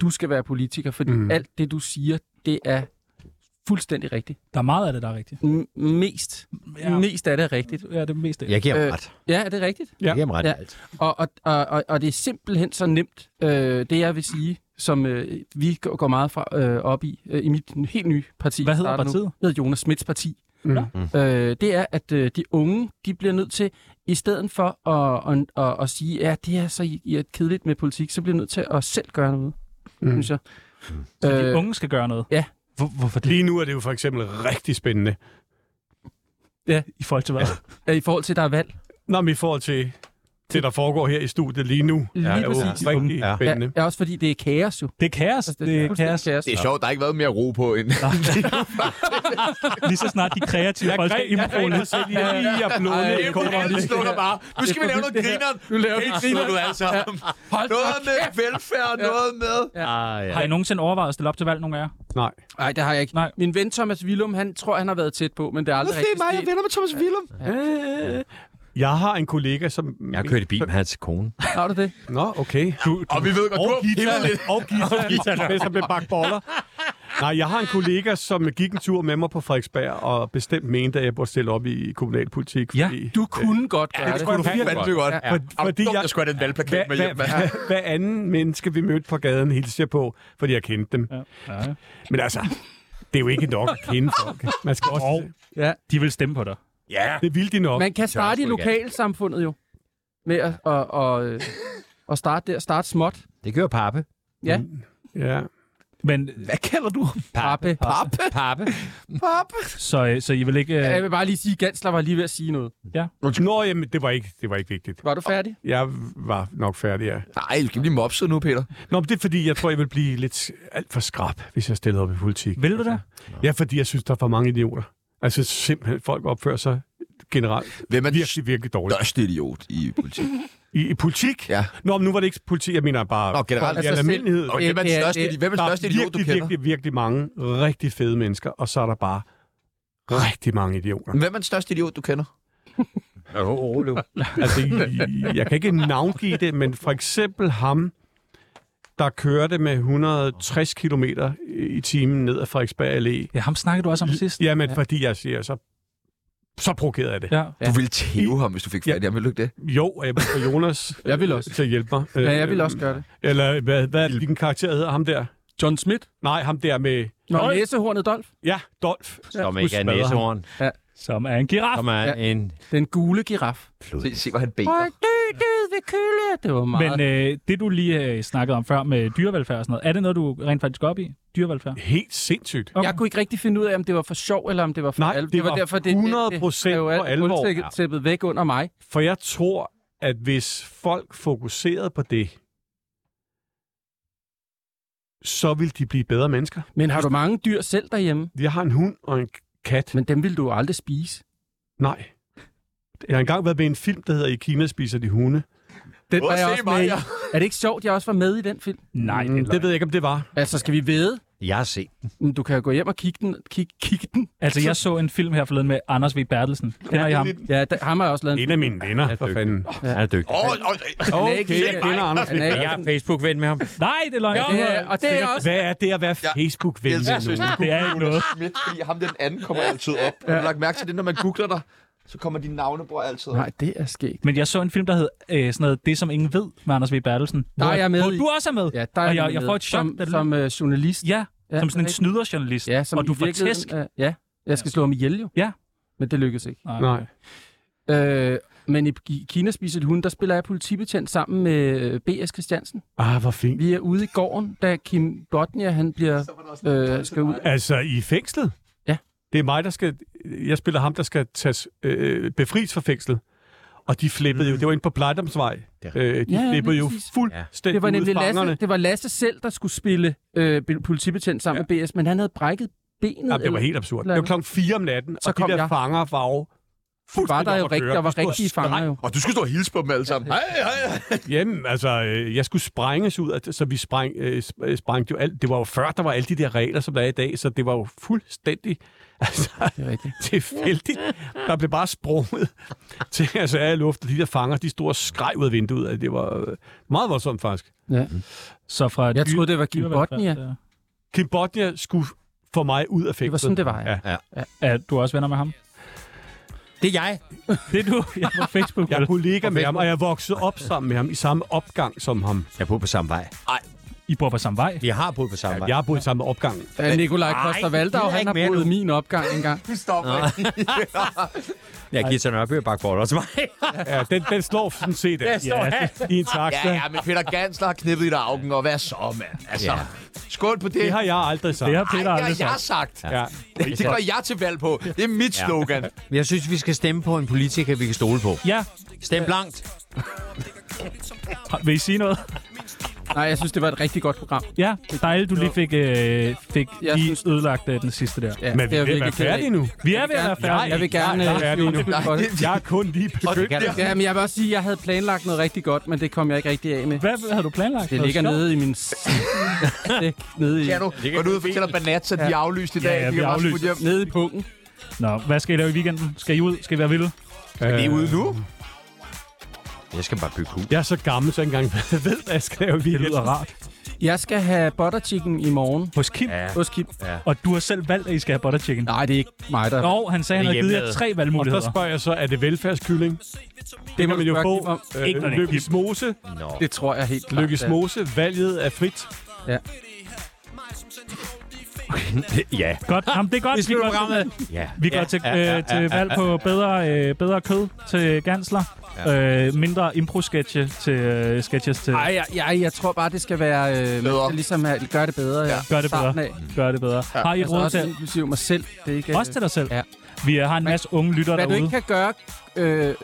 C: du skal være politiker, fordi
E: Mm.
C: mm. alt det, du siger, det er fuldstændig rigtigt.
B: Der er meget af det, der er rigtigt.
C: M- mest. Ja. Mest af det er rigtigt.
B: Ja, det er mest det.
D: Jeg giver ham
C: Øh,
D: ret.
C: Ja, er det rigtigt?
D: Jeg giver ham ret i
C: ja.
D: alt.
C: Og, og, og, og, og det er simpelthen så nemt, øh, det jeg vil sige, som øh, vi går går meget fra, øh, op i, øh, i mit n- helt nye parti.
B: Hvad
C: der
B: hedder
C: starter nu.
B: partiet?
C: Det hedder Jonas Smits parti.
E: Mm.
C: Øh, det er, at øh, de unge, de bliver nødt til, i stedet for at, at, at, at sige, ja, det er så i, I er kedeligt med politik, så bliver de nødt til at selv gøre noget, mm. synes jeg.
B: Så de
C: Øh,
B: unge skal gøre noget.
C: ja.
B: Hvor, hvorfor det?
E: Lige nu er det jo for eksempel rigtig spændende.
B: I forhold til hvad?
C: I forhold til, at der er valg.
E: Nå, men i forhold til det, der foregår her i studiet lige nu,
C: Lige
E: er jo
C: præcis.
E: rigtig
D: Ja.
E: spændende.
C: Ja, også fordi det er kaos jo.
B: Det er kaos.
C: Altså,
B: Det er
C: fuldstændig
B: kaos.
A: Det er sjovt, der har ikke været mere ro på end...
B: Lige så snart de kreative folk skal
E: Jeg
B: improve
E: griner
B: lidt.
E: selv lige at blunde
C: Ej,
E: et kort
A: Det
E: øjeblik.
A: slukker bare. Nu skal vi lave noget grineren. Nu laver vi grineren. Du altså.
C: Hold
A: Noget med velfærd, noget med...
D: Ah, ja.
B: Har I nogensinde overvejet at stille op til valg, nogle af jer?
E: Nej.
C: Nej, det har jeg ikke.
B: Nej.
C: Min ven Thomas Willum, han tror, han har været tæt på, men det er aldrig rigtigt sket.
A: venner med Thomas Willum.
E: Jeg har en kollega, som...
D: Jeg har kørt i bil med hans kone.
C: Har du det?
E: Nå, okay. Du,
A: Og vi ved godt, du har himmel lidt.
E: og guitar, med sig med bakboller. Nej, jeg har en kollega, som gik en tur med mig på Frederiksberg, og bestemt mente, at jeg burde stille op i kommunalpolitik.
B: Ja,
E: fordi,
C: Du kunne godt gøre det.
E: det skulle du
A: Det
E: virkelig
A: er godt.
C: Ja.
E: For-
A: Jamen,
E: fordi
A: dumt,
E: jeg-
A: jeg skulle have den valgplakat med
E: Hva,
A: hjem.
E: hva, hva, hva anden menneske, vi mødte på gaden, hilste jeg på, fordi jeg kendte dem.
B: Ja. Ja.
E: Men altså, det er jo ikke nok at kende folk. Man skal
B: Og
E: også...
B: de vil stemme på dig.
A: Ja.
E: Det vil de nok.
C: Man kan starte i
D: sgu ikke
C: lokalsamfundet jo. Med at, og, og, øh, og starte der. Starte småt.
D: Det gør Pappe.
C: Ja.
E: Ja.
B: Men
A: Hvad kalder du ham?
C: Pappe.
A: Pappe?
D: Pappe.
A: Pappe?
B: så, øh, så I vil ikke...
C: Jeg
B: Øh,
C: vil bare lige sige, at Gansler var lige ved at sige noget.
E: Nå, jamen, det var ikke, det var ikke vigtigt.
C: Var du færdig?
E: Jeg var nok færdig, ja.
A: Nej, du skal blive mopset nu, Peter.
E: Nå, men det er fordi, jeg tror, jeg vil blive lidt alt for skrab, hvis jeg stillede op i politik.
B: vil du det?
E: Ja, fordi jeg synes, der er for mange idioter. Altså simpelthen, folk opfører sig generelt
A: Hvem er den
E: virkelig, virkelig dårligt.
A: største idiot i politik?
E: I, I politik?
A: Ja.
E: Nå, men nu var det ikke politik, jeg mener bare...
A: Nå, generelt.
E: folk i
C: Altså, selv-
E: almindelighed.
A: Og hvem er den
C: Ja,
A: største,
C: det-
A: idi- hvem er
E: Der
A: den
E: er
A: største idiot, du
E: virkelig,
A: kender?
E: virkelig, virkelig mange rigtig fede mennesker, og så er der bare rigtig mange idioter.
A: Hvem er den største idiot, du kender?
E: altså, i- jeg kan ikke navngive det, men for eksempel ham, der kørte med 160 km i timen ned ad Frederiksberg Allé.
B: Ja, ham snakkede du også om sidst.
E: Jamen, ja. fordi jeg siger, så, så provokerede jeg det.
B: Ja.
A: Du ville tæve ham, hvis du fik fat i ham. Vil du ikke det?
E: Jo, og jeg vil få Jonas
C: Jeg vil også.
E: til at hjælpe mig. Øh,
C: Ja, jeg vil også gøre det.
E: Eller hvad, hvad er det, din karakter hedder? Ham der?
C: John Smith.
E: Nej, ham der med...
C: Nå, næsehornet Dolf.
E: Ja, Dolf.
D: Som ikke er
E: Smadrer ham.
D: næsehorn.
B: Som er en giraf.
D: Som er
C: Ja.
D: en...
C: Den gule giraf.
A: Se, se hvor han beder.
C: Prøv dø, dø ved køle. Det var meget.
B: Men øh, det, du lige øh, snakkede om før med dyrevelfærd og sådan noget, er det noget, du rent faktisk går op i? Dyrevelfærd?
E: Helt sindssygt.
B: Okay.
C: Jeg kunne ikke rigtig finde ud af, om det var for sjov, eller om det var for
E: Nej,
C: alvor.
E: det var 100%
C: det, det, det,
E: for alvor.
C: Det er jo tæppet væk under mig.
E: For jeg tror, at hvis folk fokuserede på det, så vil de blive bedre mennesker.
C: Men har du mange dyr selv derhjemme?
E: Jeg har en hund og en kat.
C: Men dem vil du jo aldrig spise.
E: Nej. Jeg har engang været med i en film, der hedder I Kina spiser de hunde.
C: Den
A: Åh,
C: var jeg
A: se
C: også
A: mig,
C: med i.
A: ja.
C: Er det ikke sjovt, jeg også var med i den film?
B: Nej, det er
E: Mm, det
B: løgn.
E: ved jeg ikke, om det var.
C: Altså, skal vi vede?
D: Jeg har set den.
C: Men Du kan jo gå hjem og kigge den. Kig, kigge den.
B: Altså, jeg så en film her forleden med Anders V. Bertelsen. Kender I ham?
C: Ja, der, ham har jeg også lavet en
E: En af mine venner, for fanden.
D: Han er dygtig.
A: Åh, åh,
E: Okay,
C: ikke-
E: jeg kender Anders.
C: Han er ikke-
D: Jeg er Facebook-ven med ham.
B: Nej, det er løgn.
C: Ja, og det er også...
E: Hvad er det at være Facebook-ven
A: jeg
E: med
A: synes,
E: nogen?
A: det er
B: Det er ikke noget.
A: Schmidt, fordi ham den anden kommer altid op. Ja. Har du lagt mærke til det, når man googler dig, så kommer dine navnebror altid op.
C: Nej, det er skægt.
B: Men jeg så en film, der hed øh, sådan noget, Det, som ingen ved, med Anders V. Bertelsen.
C: Der er jeg med
B: Hvor
C: i.
B: du også er med.
C: Ja, der er
B: og
C: vi
B: jeg, jeg
C: med.
B: får et chok,
C: som,
B: da du-
C: som øh, journalist.
B: Ja,
C: Ja,
B: som sådan en
C: rigtigt.
B: snyderjournalist.
C: Ja, som
B: og
C: i
B: du får
C: virkeligheden
B: tæsk.
C: er- ja, jeg skal slå ham ihjel jo.
B: Ja.
C: Men det lykkedes ikke.
E: Nej.
C: Øh, men i i Kina spiser et hund, der spiller jeg politibetjent sammen med øh, B.S. Christiansen.
E: Ah, hvor fint.
C: Vi er ude i gården, da Kim Bodnia, han bliver, øh, skal ud.
E: Altså, i fængslet?
C: Ja.
E: Det er mig, der skal... Jeg spiller ham, der skal tages, øh, befries fra fængslet. Og de flippede jo. Det var inde på Blejdomsvej.
D: Det er
E: Øh, de
C: Mm. Ja, ja,
E: flippede
C: lige
E: jo
C: præcis.
E: fuldstændig
C: Det var
E: ud
C: nemlig Lasse,
E: fangerne.
C: det var Lasse selv, der skulle spille øh, be- politibetjent sammen ja. med B.S., men han havde brækket benet.
E: Jamen, det var
C: eller-
E: helt absurd. Det
C: Eller-
E: var klokken 4 om natten,
C: Så
E: og de
C: kom
E: der
C: jeg.
E: fanger var jo
C: var
E: fuldstændig
C: der, jo
E: oppe at
C: rigtig,
E: køre.
C: der var
E: De skulle
C: rigtige fanger jo.
A: Og du skulle stå og hilse på dem alle sammen. Hej, hej, hej.
E: Jamen, altså, øh, jeg skulle sprænges ud, at- så vi spræng, øh, sp- øh, sprængte jo alt. Det var jo før, der var alle de der regler, som der er i dag, så det var jo fuldstændig altså,
C: Det er rigtigt.
E: tilfældigt. Der blev bare sprunget til altså, af luften. De der fanger, de stod og skreg ud af vinduet. og Det var øh, meget voldsomt, faktisk.
B: Så fra
C: Jeg
B: dy-
C: troede, det var Kim
B: dyrevelfærd
C: Bodnia.
B: til-
E: Kim Bodnia skulle få mig ud af fængslet.
C: Det var sådan, det var. Ja.
E: Ja.
B: Er du også venner med ham?
D: Det er jeg.
B: Det er du. Jeg er på Facebook.
E: Jeg er kollega med ham, og jeg voksede op sammen med ham i samme opgang som ham.
D: Jeg bor på samme vej.
B: I bor på samme vej.
D: Vi har boet på samme vej.
E: Jeg har boet i samme opgang.
C: Øh, Nikolaj Koster Valdau,
D: gider
C: han
D: ikke
C: har
D: mere
C: boet
D: nu.
C: min opgang engang.
A: Du stopper ikke.
D: Jeg giver til Nørreby og bakke for også mig.
E: Ja, den, den slår sådan set af.
D: Ja.
E: i en taxa.
A: Ja, ja, men Peter Gansler har knippet i dig augen, og hvad så, mand? Altså,
D: Ja.
A: skål på det.
E: Det har jeg aldrig sagt.
B: Det har
A: Ej,
B: Peter
A: det
B: aldrig
A: har jeg
B: sagt.
A: sagt.
E: Ja.
A: Det går jeg til valg på. Det er mit slogan.
D: Men Jeg synes, vi skal stemme på en politiker, vi kan stole på.
B: Ja.
D: Stem blankt.
B: Vil I sige noget?
C: Nej, jeg synes, det var et rigtig godt program.
B: Ja. Dejligt, du lige fik, øh, fik
C: Jeg
B: lige
C: synes-
B: ødelagt øh, den sidste der.
C: Ja,
E: Men
C: det
E: vi
C: er
E: er ved
C: jeg
E: at
C: virkelig
E: være
C: ked af.
E: færdige nu.
B: Vi er ved at være færdige.
C: Jeg vil gerne
E: Nej,
C: øh,
E: der er vi
C: sige
E: nu.
C: undskyld for det.
E: Jeg er kun lige begyndt.
D: Kan du-
C: Ja, men jeg vil også sige, at jeg havde planlagt noget rigtig godt, men det kom jeg ikke rigtig af med.
B: Hvad havde du planlagt?
C: Det
B: Noget
C: ligger
B: sjovt?
C: nede i min sæk, nede i,
A: Kan du gå ud og fortælle Banat, at de er aflyst i dag?
B: ja,
A: De
B: vi
A: kan
B: er
A: bare smutte
B: aflyst.
A: hjem.
C: nede i pungen.
B: Nå, hvad skal I lave i weekenden? Skal I ud? Skal I være vilde?
A: Vi er ude nu.
D: Jeg skal bare bygge hus.
E: Jeg er så gammel, så jeg ikke engang ved, hvad jeg skal lave i
B: Det lyder
E: weekenden.
B: rart.
C: Jeg skal have butter chicken i morgen
B: Hos Kim.
D: Ja.
C: hos Kim.
B: Og du har selv valgt, at I skal have butter chicken.
C: Nej, det er ikke mig, der...
B: Og han sagde, at han havde givet jer
D: Hjemmelavet.
B: tre
E: Og
B: valgmuligheder.
E: så spørger jeg så, er det velfærdskylling? Det kan
C: må
E: man
C: du
E: jo
C: spørge
E: få.
C: Kim om.
E: Øh,
B: Ikke når det er
E: Lykkes Mose.
D: Nå.
C: Det tror jeg helt klart.
E: Lykkes
C: det er.
E: Mose. Valget er frit.
D: Ja.
B: Godt. Jamen, det er godt. Vi, går,
D: Ja.
B: vi går til, øh, til valg på bedre, øh, bedre kød til gansler. Øh, mindre impro-sketche til øh, sketches til
C: Ej, jeg, jeg, jeg tror bare, det skal være... Øh, man
A: Bedre.
C: skal ligesom have, gør det bedre. Ja.
B: Gør det bedre.
C: Af.
B: Gør det bedre. Har I
C: Altså
B: råd
C: også
B: til
C: inklusive mig selv. Det er ikke, øh,
B: også til dig selv?
C: Ja.
B: Vi øh, har en masse unge lyttere
C: Hvad du
B: derude.
C: ikke kan gøre, øh,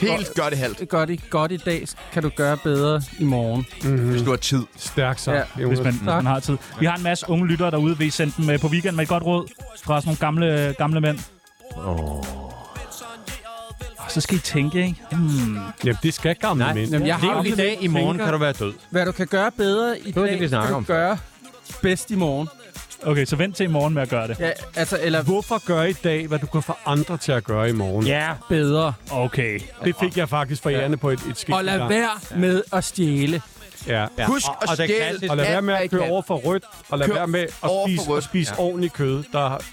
A: Helt gør det halvt,
C: gør det godt i dag, kan du gøre bedre i morgen.
A: hvis du har tid.
E: Stærk sig.
C: Ja.
E: Jonas.
B: hvis man, hvis man har tid. Vi har en masse unge lyttere derude. Vi sendte dem øh, på weekend med et godt råd fra sådan nogle gamle, øh, gamle mænd. Oh. Og så skal I tænke, ikke? Hmm.
E: Jamen, det skal gamle
D: Nej.
E: mænd.
C: Jamen, jeg har
D: Lev i
C: lidt-
D: dag, i morgen
C: tænker-
D: kan du være død.
C: Hvad du kan gøre bedre i
D: var
C: dag,
D: det, vi snakker
C: kan
D: om
C: du gøre bedst i morgen.
B: Okay, så vent til i morgen med at gøre det.
C: Ja, altså, eller
E: Hvorfor gør i dag, hvad du kan få andre til at gøre i morgen?
D: Ja.
C: bedre.
B: Okay.
E: Det fik jeg faktisk fra jerne på et, et skidt.
C: Og lad være med at stjæle.
E: Ja.
D: Ja.
A: Husk
D: Og-
A: at
D: og det
A: stjæle
D: klassiske-
E: Og lad være med
A: Alt,
E: at
A: hvad I
E: køre
A: kan.
E: over for rødt, og lad
A: Kør
E: være med at
A: over for
E: spise,
A: rødt.
E: at spise ordentligt kød, der har-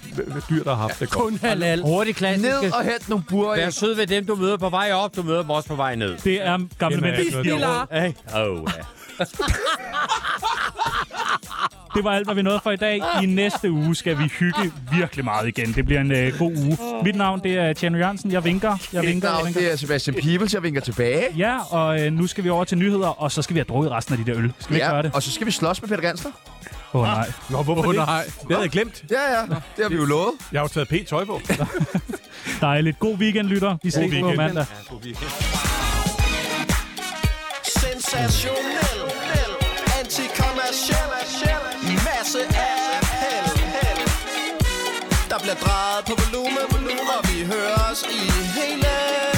E: dyr, der har haft det godt.
C: Kun halal.
D: Hurtigt
A: Ned
D: klassiske.
A: og hent nogle burger.
D: Vær sød ved dem, du møder på vej op. Du møder dem også på vej ned.
B: Det er gamle
E: Det
B: mænd.
E: er ikke noget, det er
C: Pilar.
D: Hey. Oh, ja.
B: Det var alt, hvad vi nåede for i dag. I næste uge skal vi hygge virkelig meget igen. Det bliver en øh, god uge. Mit navn det er Tjerno Jørgensen. Jeg vinker. Jeg
A: Mit
B: vinker. Jeg
A: navn
B: vinker.
A: det er Sebastian Peebles, jeg vinker tilbage.
B: Ja, og øh, nu skal vi over til nyheder, og så skal vi have drukket resten af de der øl. Skal vi ikke gøre det?
A: og så skal vi slås med Peter Gansler.
B: Åh oh, nej.
E: Nå, hvorfor det?
C: nej.
E: Det havde jeg glemt.
A: Ja, ja, det har vi jo lovet.
E: Jeg har jo taget p-tøj på.
B: Dejligt. God weekend, lytter. Vi ses på
E: weekend.
B: mandag.
H: Sensationel, antikommerciel, masse af held, held. Der bliver drejet på volumen, volumen, og vi hører os i hele